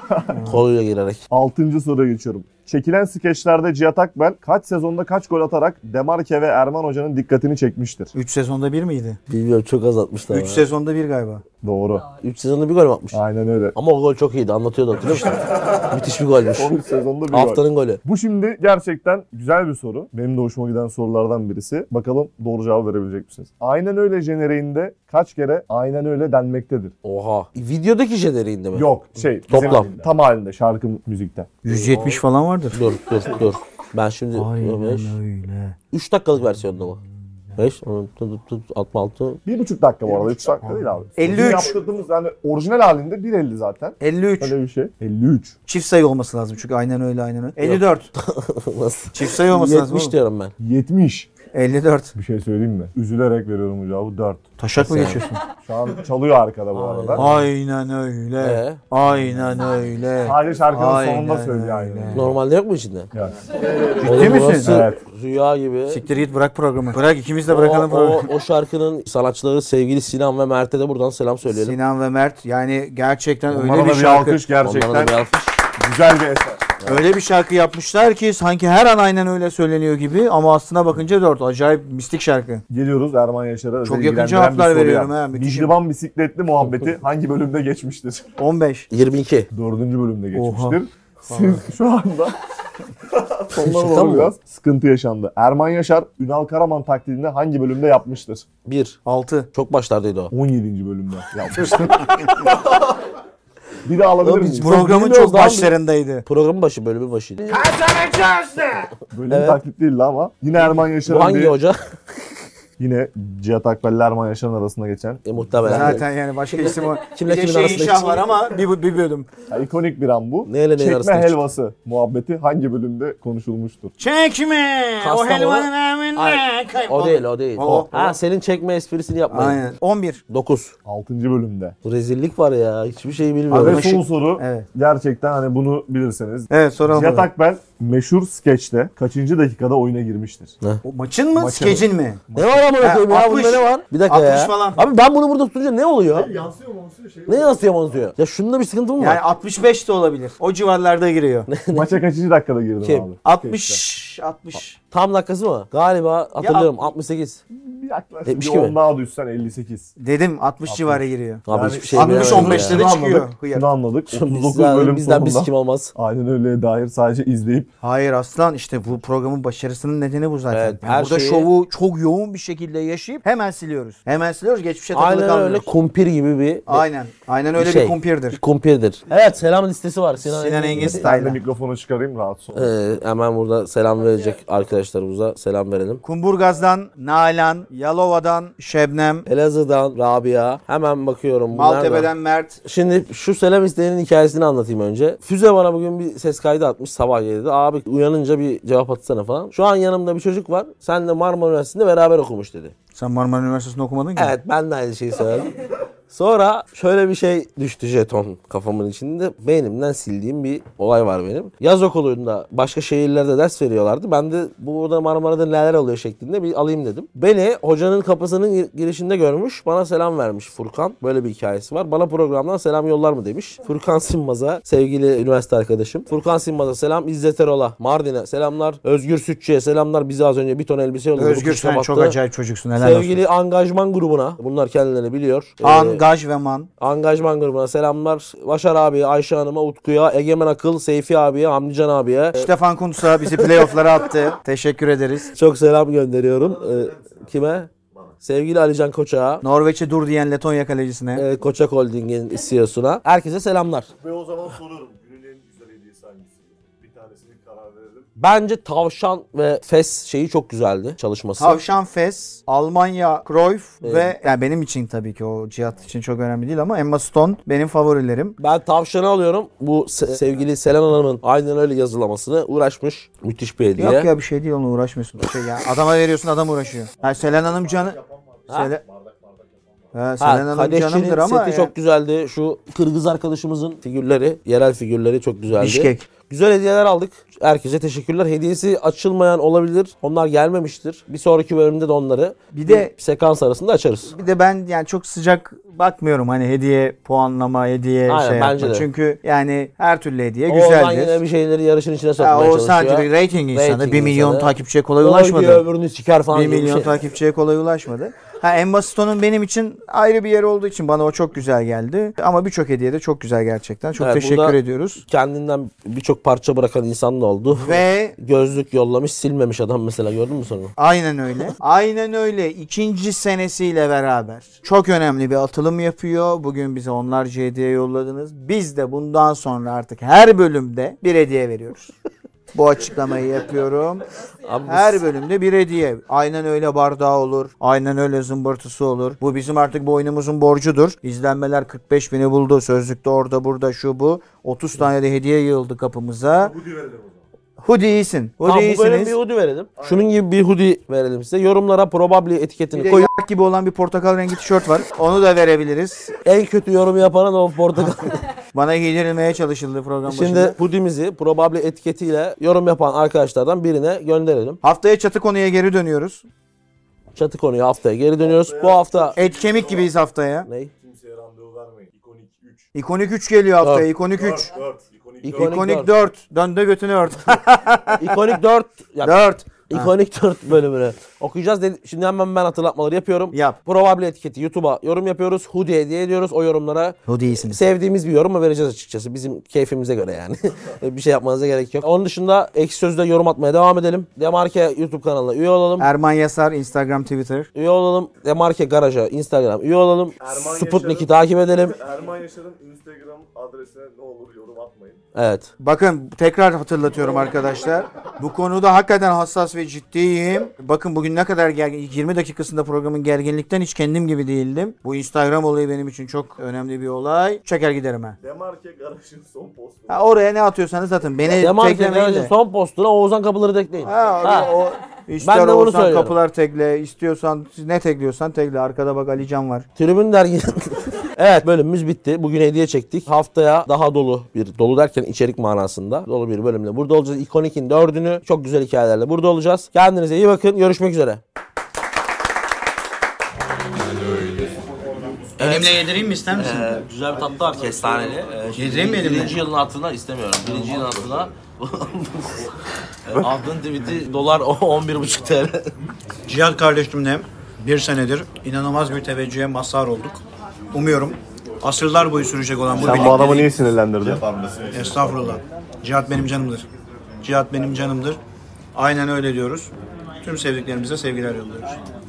[SPEAKER 3] Koluyla girerek.
[SPEAKER 4] 6. soruya geçiyorum. Çekilen skeçlerde Cihat Akbel kaç sezonda kaç gol atarak Demarke ve Erman Hoca'nın dikkatini çekmiştir?
[SPEAKER 2] 3 sezonda 1 miydi?
[SPEAKER 3] Bilmiyorum çok az atmışlar.
[SPEAKER 2] 3 sezonda 1 galiba.
[SPEAKER 4] Doğru.
[SPEAKER 3] 3 sezonda bir gol mü atmış?
[SPEAKER 4] Aynen öyle.
[SPEAKER 3] Ama o gol çok iyiydi anlatıyordu hatırlıyor musun? Müthiş bir golmüş.
[SPEAKER 4] 13 sezonda bir gol.
[SPEAKER 3] Haftanın golü.
[SPEAKER 4] Bu şimdi gerçekten güzel bir soru. Benim de hoşuma giden sorulardan birisi. Bakalım doğru cevabı verebilecek misiniz? Aynen öyle jenereğinde kaç kere aynen öyle denmektedir?
[SPEAKER 3] Oha. Videodaki jeneriğinde mi?
[SPEAKER 4] Yok şey bizim
[SPEAKER 3] Toplam.
[SPEAKER 4] tam halinde şarkı müzikte.
[SPEAKER 2] 170 falan vardır.
[SPEAKER 3] Dur dur dur. Ben şimdi
[SPEAKER 2] Aynen öyle.
[SPEAKER 3] 3 dakikalık versiyonda mı? 5, 66,
[SPEAKER 4] Bir buçuk dakika bu arada. Üç dakika değil abi.
[SPEAKER 2] 53.
[SPEAKER 4] Bizim Yaptırdığımız yani orijinal halinde 1.50 zaten.
[SPEAKER 2] 53.
[SPEAKER 4] Öyle bir şey. 53.
[SPEAKER 2] Çift sayı olması lazım çünkü aynen öyle aynen öyle. 54.
[SPEAKER 3] <laughs> nasıl?
[SPEAKER 2] Çift sayı olması lazım.
[SPEAKER 3] 70
[SPEAKER 2] oğlum.
[SPEAKER 3] diyorum ben.
[SPEAKER 4] 70.
[SPEAKER 2] 54.
[SPEAKER 4] Bir şey söyleyeyim mi? Üzülerek veriyorum bu cevabı. 4.
[SPEAKER 2] Taşak mı geçiyorsun?
[SPEAKER 4] Şu an çalıyor arkada bu arada.
[SPEAKER 2] aynen öyle.
[SPEAKER 3] Ee?
[SPEAKER 2] Aynen öyle.
[SPEAKER 4] Sadece şarkının
[SPEAKER 2] Aynen
[SPEAKER 4] sonunda söylüyor
[SPEAKER 2] öyle.
[SPEAKER 4] aynen.
[SPEAKER 3] Normalde yok mu içinde?
[SPEAKER 4] Yani.
[SPEAKER 3] Oğlum
[SPEAKER 2] misin?
[SPEAKER 3] burası
[SPEAKER 4] Evet.
[SPEAKER 3] Rüya gibi.
[SPEAKER 2] Siktir git bırak programı. Bırak ikimiz de
[SPEAKER 3] O,
[SPEAKER 2] bırakalım
[SPEAKER 3] o,
[SPEAKER 2] programı.
[SPEAKER 3] o şarkının sanatçıları sevgili Sinan ve Mert'e de buradan selam söyleyelim.
[SPEAKER 2] Sinan ve Mert yani gerçekten
[SPEAKER 4] Onlara da
[SPEAKER 2] öyle bir
[SPEAKER 4] bir
[SPEAKER 2] şarkı
[SPEAKER 4] alkış
[SPEAKER 3] Onlara da
[SPEAKER 4] gerçekten.
[SPEAKER 3] bir alkış.
[SPEAKER 4] Güzel bir eser.
[SPEAKER 2] öyle bir şarkı yapmışlar ki sanki her an aynen öyle söyleniyor gibi ama aslına bakınca 4 acayip mistik şarkı.
[SPEAKER 4] Geliyoruz Erman Yaşar'a.
[SPEAKER 2] Çok
[SPEAKER 4] bizi
[SPEAKER 2] yakın
[SPEAKER 4] ilgilendiren
[SPEAKER 2] cevaplar
[SPEAKER 4] bir soruya.
[SPEAKER 2] veriyorum ha, müthişim.
[SPEAKER 4] Mihriban bisikletli muhabbeti hangi bölümde geçmiştir? <laughs>
[SPEAKER 2] 15.
[SPEAKER 3] 22.
[SPEAKER 4] Dördüncü bölümde
[SPEAKER 2] Oha.
[SPEAKER 4] geçmiştir. Siz şu
[SPEAKER 3] <laughs>
[SPEAKER 4] anda
[SPEAKER 3] Şaka
[SPEAKER 4] sonlara doğru
[SPEAKER 3] mı?
[SPEAKER 4] biraz sıkıntı yaşandı. Erman Yaşar Ünal Karaman taklidini hangi bölümde yapmıştır?
[SPEAKER 3] 1.
[SPEAKER 2] 6.
[SPEAKER 3] Çok başlardaydı o.
[SPEAKER 4] 17. bölümde
[SPEAKER 3] <laughs>
[SPEAKER 4] yapmıştır. Bir de alabilir
[SPEAKER 3] Oğlum biz
[SPEAKER 4] miyiz?
[SPEAKER 2] Programın
[SPEAKER 3] Bilmiyoruz
[SPEAKER 2] çok
[SPEAKER 3] lan.
[SPEAKER 2] başlarındaydı.
[SPEAKER 3] Programın başı bölümün başıydı.
[SPEAKER 4] Bölüm taklit değildi ama. Yine Erman Yaşar'ın
[SPEAKER 3] Bu hangi
[SPEAKER 4] bir
[SPEAKER 3] hoca?
[SPEAKER 4] Yine Cihat Akbel Lerman Yaşar'ın arasında geçen
[SPEAKER 3] E, muhtemelen.
[SPEAKER 2] Zaten yani başka isim o.
[SPEAKER 3] Kimle
[SPEAKER 1] Bir de
[SPEAKER 3] kimin
[SPEAKER 1] şey
[SPEAKER 3] arasında
[SPEAKER 1] inşah var ama bir, bir bölüm.
[SPEAKER 4] ya, ikonik bir an bu.
[SPEAKER 3] Neyle neyin
[SPEAKER 4] Çekme
[SPEAKER 3] arasında
[SPEAKER 4] helvası muhabbeti hangi bölümde konuşulmuştur?
[SPEAKER 1] Çekme
[SPEAKER 3] Kastamonu.
[SPEAKER 1] o helvanın amına
[SPEAKER 3] Hayır,
[SPEAKER 1] kay-
[SPEAKER 3] O değil o değil.
[SPEAKER 1] O.
[SPEAKER 3] Ha senin çekme esprisini yapmayın.
[SPEAKER 2] Aynen. 11.
[SPEAKER 3] 9.
[SPEAKER 4] 6. bölümde.
[SPEAKER 3] Bu rezillik var ya. Hiçbir şey bilmiyorum.
[SPEAKER 4] Ve son soru
[SPEAKER 2] Evet.
[SPEAKER 4] gerçekten hani bunu bilirseniz.
[SPEAKER 2] Evet soralım.
[SPEAKER 4] Cihat Akbel meşhur skeçte kaçıncı dakikada oyuna girmiştir?
[SPEAKER 2] O maçın mı skecin mi?
[SPEAKER 3] Ne var amına
[SPEAKER 2] Ha,
[SPEAKER 3] koyayım ya
[SPEAKER 2] 60.
[SPEAKER 3] bunda ne var? Bir dakika
[SPEAKER 2] 60
[SPEAKER 3] ya.
[SPEAKER 2] falan.
[SPEAKER 3] Abi ben bunu burada tutunca ne oluyor? yansıyor yansıyor şey. Ne yansıyor yansıyor? Ya şunda bir sıkıntı mı var?
[SPEAKER 1] Yani 65 de olabilir. O civarlarda giriyor.
[SPEAKER 4] Maça kaçıncı dakikada girdin
[SPEAKER 3] Kim?
[SPEAKER 4] abi?
[SPEAKER 1] 60 60.
[SPEAKER 3] Tam dakikası mı? Galiba hatırlıyorum 68.
[SPEAKER 4] Bir Yaklaşık bir
[SPEAKER 3] Yetmiş gibi.
[SPEAKER 4] 10 daha düşsen 58.
[SPEAKER 2] Dedim 60, civarı giriyor.
[SPEAKER 3] Abi
[SPEAKER 4] Yani
[SPEAKER 3] hiçbir şey
[SPEAKER 1] 60
[SPEAKER 3] bilemedim
[SPEAKER 1] 15'te
[SPEAKER 3] ya.
[SPEAKER 1] de
[SPEAKER 4] Şunu
[SPEAKER 1] çıkıyor.
[SPEAKER 4] anladık.
[SPEAKER 1] Hıyar.
[SPEAKER 4] Şunu anladık.
[SPEAKER 3] Biz-
[SPEAKER 4] 39
[SPEAKER 3] bizden-
[SPEAKER 4] bölüm
[SPEAKER 3] Bizden biz
[SPEAKER 4] sonunda.
[SPEAKER 3] kim olmaz?
[SPEAKER 4] Aynen öyle dair sadece izleyip
[SPEAKER 2] Hayır aslan işte bu programın başarısının nedeni bu zaten.
[SPEAKER 3] Evet,
[SPEAKER 2] Yani
[SPEAKER 3] her
[SPEAKER 2] burada
[SPEAKER 3] şeyi-
[SPEAKER 2] şovu çok yoğun bir şekilde yaşayıp hemen siliyoruz. Hemen siliyoruz geçmişe takılı
[SPEAKER 3] Aynen
[SPEAKER 2] kalmıyoruz.
[SPEAKER 3] öyle kumpir gibi bir
[SPEAKER 2] Aynen. Aynen öyle
[SPEAKER 3] şey.
[SPEAKER 2] bir kumpirdir.
[SPEAKER 3] Bir kumpirdir. Evet selam listesi var. Sinan,
[SPEAKER 2] Sinan
[SPEAKER 3] Engin.
[SPEAKER 2] Engin
[SPEAKER 4] ben de
[SPEAKER 2] style'da.
[SPEAKER 4] mikrofonu çıkarayım rahat sol.
[SPEAKER 3] Ee, hemen burada selam verecek arkadaşlarımıza selam verelim.
[SPEAKER 2] Kumburgaz'dan Nalan, Yalova'dan Şebnem,
[SPEAKER 3] Elazığ'dan Rabia. Hemen bakıyorum. bunlar da-
[SPEAKER 2] Maltepe'den Mert.
[SPEAKER 3] Şimdi şu selam isteğinin hikayesini anlatayım önce. Füze bana bugün bir ses kaydı atmış sabah geldi. Abi uyanınca bir cevap atsana falan. Şu an yanımda bir çocuk var. Senle Marmara Üniversitesi'nde beraber okumuş dedi.
[SPEAKER 2] Sen Marmara Üniversitesi'nde okumadın ki.
[SPEAKER 3] Evet ben de aynı şeyi söyledim. Sonra şöyle bir şey düştü jeton kafamın içinde. Beynimden sildiğim bir olay var benim. Yaz okulunda başka şehirlerde ders veriyorlardı. Ben de bu burada Marmara'da neler oluyor şeklinde bir alayım dedim. Beni hocanın kapısının gir- girişinde görmüş. Bana selam vermiş Furkan. Böyle bir hikayesi var. Bana programdan selam yollar mı demiş. Furkan Sinmaz'a sevgili üniversite arkadaşım. Furkan Sinmaz'a selam. İzzet Erol'a, Mardin'e selamlar. Özgür Sütçü'ye selamlar. Bize az önce bir ton elbise yolladı.
[SPEAKER 2] Özgür
[SPEAKER 3] Dokuş
[SPEAKER 2] sen çok
[SPEAKER 3] Şubat'ta.
[SPEAKER 2] acayip çocuksun helal
[SPEAKER 3] Sevgili
[SPEAKER 2] olsun.
[SPEAKER 3] angajman grubuna, bunlar kendilerini biliyor.
[SPEAKER 2] e,
[SPEAKER 3] Ee,
[SPEAKER 2] Angaj ve man.
[SPEAKER 3] angajman grubuna selamlar. Başar abi, Ayşe Hanım'a, Utku'ya, Egemen Akıl, Seyfi abiye, Hamdican abiye. Ee,
[SPEAKER 2] Stefan Kuntsa <laughs> bizi playoff'lara attı. Teşekkür ederiz.
[SPEAKER 3] Çok selam gönderiyorum. Ee, kime? Sevgili Alican Koçak'a.
[SPEAKER 2] Norveç'e dur diyen Letonya kalecisine.
[SPEAKER 3] e, Koçak Holding'in CEO'suna. Herkese selamlar.
[SPEAKER 4] Ve o zaman soruyorum günün en güzel hediyesi hangisi? Bir tanesini karar verelim.
[SPEAKER 3] Bence tavşan ve fes şeyi çok güzeldi çalışması.
[SPEAKER 2] Tavşan Fes, Almanya Cruyff ve yani benim için tabii ki o Cihat için çok önemli değil ama Emma Stone benim favorilerim.
[SPEAKER 3] Ben tavşanı alıyorum. Bu se- sevgili Selen Hanım'ın aynen öyle yazılamasını uğraşmış. Müthiş bir hediye.
[SPEAKER 2] Yok ya bir şey değil onunla uğraşmıyorsun. Bir Şey ya. Adama veriyorsun adam uğraşıyor. Ha, Selen Hanım canı... Sele... Ha,
[SPEAKER 3] Ha,
[SPEAKER 2] Selen Hanım
[SPEAKER 3] Kadeşçi'nin
[SPEAKER 2] canımdır ama... e-
[SPEAKER 3] seti
[SPEAKER 2] yani-
[SPEAKER 3] çok güzeldi. Şu Kırgız arkadaşımızın figürleri, yerel figürleri çok güzeldi.
[SPEAKER 2] Bişkek.
[SPEAKER 3] Güzel hediyeler aldık. Herkese teşekkürler. Hediyesi açılmayan olabilir. Onlar gelmemiştir. Bir sonraki bölümde de onları
[SPEAKER 2] Bir de-
[SPEAKER 3] sekans arasında açarız.
[SPEAKER 2] Bir de ben yani çok sıcak bakmıyorum hani hediye puanlama, hediye
[SPEAKER 3] Aynen,
[SPEAKER 2] şey
[SPEAKER 3] bence
[SPEAKER 2] yapma.
[SPEAKER 3] de.
[SPEAKER 2] Çünkü yani her türlü hediye
[SPEAKER 3] O oradan
[SPEAKER 2] güzeldir.
[SPEAKER 3] yine bir şeyleri yarışın içine sokmaya
[SPEAKER 2] Ha, o
[SPEAKER 3] çalışıyor.
[SPEAKER 2] sadece bir rating insanı.
[SPEAKER 3] Rating
[SPEAKER 2] bir milyon
[SPEAKER 3] insanı.
[SPEAKER 2] takipçiye kolay
[SPEAKER 3] Oy
[SPEAKER 2] ulaşmadı.
[SPEAKER 3] diyor, öbürünü siker falan
[SPEAKER 2] Bir
[SPEAKER 3] gibi bir
[SPEAKER 2] milyon
[SPEAKER 3] şey.
[SPEAKER 2] takipçiye kolay ulaşmadı. Ha Emma Stone'un benim için ayrı bir yer olduğu için bana o çok güzel geldi. Ama birçok hediye de çok güzel gerçekten. Çok
[SPEAKER 3] Evet,
[SPEAKER 2] teşekkür
[SPEAKER 3] burada-
[SPEAKER 2] ediyoruz.
[SPEAKER 3] Kendinden birçok parça bırakan insan da oldu.
[SPEAKER 2] Ve
[SPEAKER 3] Gözlük yollamış silmemiş adam mesela gördün mü sonra?
[SPEAKER 2] aynen öyle. aynen öyle. İkinci senesiyle beraber çok önemli bir atılım yapıyor. Bugün bize onlarca hediye yolladınız. Biz de bundan sonra artık her bölümde bir hediye veriyoruz. Bu açıklamayı yapıyorum.
[SPEAKER 3] Abi biz-
[SPEAKER 2] Her bölümde bir hediye. Aynen öyle bardağı olur. Aynen öyle zımbırtısı olur. Bu bizim artık boynumuzun borcudur. İzlenmeler 45 bini buldu. Sözlükte orada burada şu bu. 30 tane de hediye yığıldı kapımıza. Hoodie iyisin. Hoodie
[SPEAKER 3] Tamam, bu bölüm
[SPEAKER 2] iyisiniz.
[SPEAKER 3] bir hoodie verelim. Şunun gibi bir hoodie verelim size. Yorumlara probably etiketini
[SPEAKER 2] Bir de
[SPEAKER 3] koyun.
[SPEAKER 2] yak gibi olan bir portakal rengi tişört var. Onu da verebiliriz.
[SPEAKER 3] En kötü yorumu yapana da o <laughs> portakal.
[SPEAKER 2] Bana giydirilmeye çalışıldı program
[SPEAKER 3] Şimdi
[SPEAKER 2] başında.
[SPEAKER 3] hoodie'mizi probably etiketiyle yorum yapan arkadaşlardan birine gönderelim.
[SPEAKER 2] Haftaya çatı konuya geri dönüyoruz.
[SPEAKER 3] Çatı konuya haftaya geri dönüyoruz. Bu hafta...
[SPEAKER 2] Et kemik gibiyiz haftaya.
[SPEAKER 3] Ney?
[SPEAKER 4] Kimseye randevu vermeyin. İkonik 3.
[SPEAKER 2] İkonik 3 geliyor haftaya.
[SPEAKER 3] Dört.
[SPEAKER 2] İkonik 3.
[SPEAKER 4] 4. İkonik
[SPEAKER 3] İko-
[SPEAKER 2] İkonik
[SPEAKER 3] İkonik
[SPEAKER 2] 4. Dönde götünü
[SPEAKER 3] <laughs>
[SPEAKER 2] ört. <laughs>
[SPEAKER 3] İkonik 4... Ya,
[SPEAKER 2] 4.
[SPEAKER 3] <laughs> İkonik 4 bölümünü okuyacağız. Dedi. Şimdi hemen ben hatırlatmaları yapıyorum.
[SPEAKER 2] Yap.
[SPEAKER 3] Probably etiketi YouTube'a yorum yapıyoruz. Hoodie hediye ediyoruz. O yorumlara
[SPEAKER 2] Hoodie iyisiniz.
[SPEAKER 3] Sevdiğimiz bir yorum mu vereceğiz açıkçası. Bizim keyfimize göre yani. <laughs> bir şey yapmanıza gerek yok. Onun dışında ekşi sözde yorum atmaya devam edelim. Demarke YouTube kanalına üye olalım.
[SPEAKER 2] Erman Yasar Instagram, Twitter.
[SPEAKER 3] üye olalım. Demarke Garaja Instagram üye olalım.
[SPEAKER 4] Erman
[SPEAKER 3] Sputnik'i
[SPEAKER 4] Yaşar'ın-
[SPEAKER 3] takip edelim.
[SPEAKER 4] Erman Yaşar'ın Instagram adresi adresine ne olur yorum atmayın.
[SPEAKER 3] Evet.
[SPEAKER 2] Bakın tekrar hatırlatıyorum arkadaşlar. Bu konuda hakikaten hassas ve ciddiyim. Bakın bugün ne kadar gergin 20 dakikasında programın gerginlikten hiç kendim gibi değildim. Bu Instagram olayı benim için çok önemli bir olay. Çeker giderim ha.
[SPEAKER 4] Demarke Garaj'ın son postu.
[SPEAKER 2] Ha, oraya ne atıyorsanız atın. Beni
[SPEAKER 3] Yaman
[SPEAKER 2] teklemeyin de.
[SPEAKER 3] son postuna Oğuzhan kapıları tekleyin.
[SPEAKER 2] Ha, o-
[SPEAKER 3] Ha.
[SPEAKER 2] o- ister
[SPEAKER 3] Ben de bunu
[SPEAKER 2] olsan
[SPEAKER 3] söylüyorum.
[SPEAKER 2] kapılar tekle, istiyorsan ne tekliyorsan tekle. Arkada bak Ali Can var.
[SPEAKER 3] Tribün dergi. <laughs> evet bölümümüz bitti. Bugün hediye çektik. Haftaya daha dolu bir dolu derken içerik manasında dolu bir bölümle burada olacağız. İkonik'in dördünü çok güzel hikayelerle burada olacağız. Kendinize iyi bakın. Görüşmek üzere.
[SPEAKER 1] Elimle yedireyim mi ister misin?
[SPEAKER 3] Ee, Güzel bir tatlı var kestaneli. Ee, şimdi
[SPEAKER 1] Yedireyim mi elimle?
[SPEAKER 3] Birinci yılın altına istemiyorum. Birinci yılın altına <laughs> aldığın tweet'i dolar <laughs> o- 11,5 TL.
[SPEAKER 1] Cihat Ee, kardeşimle bir senedir inanılmaz bir teveccühe mazhar olduk. Umuyorum asırlar boyu sürecek olan bu
[SPEAKER 4] Sen bu adamı niye sinirlendirdin?
[SPEAKER 1] Estağfurullah. Cihat benim canımdır. Cihat benim canımdır. Aynen öyle diyoruz. Tüm sevdiklerimize sevgiler yolluyoruz.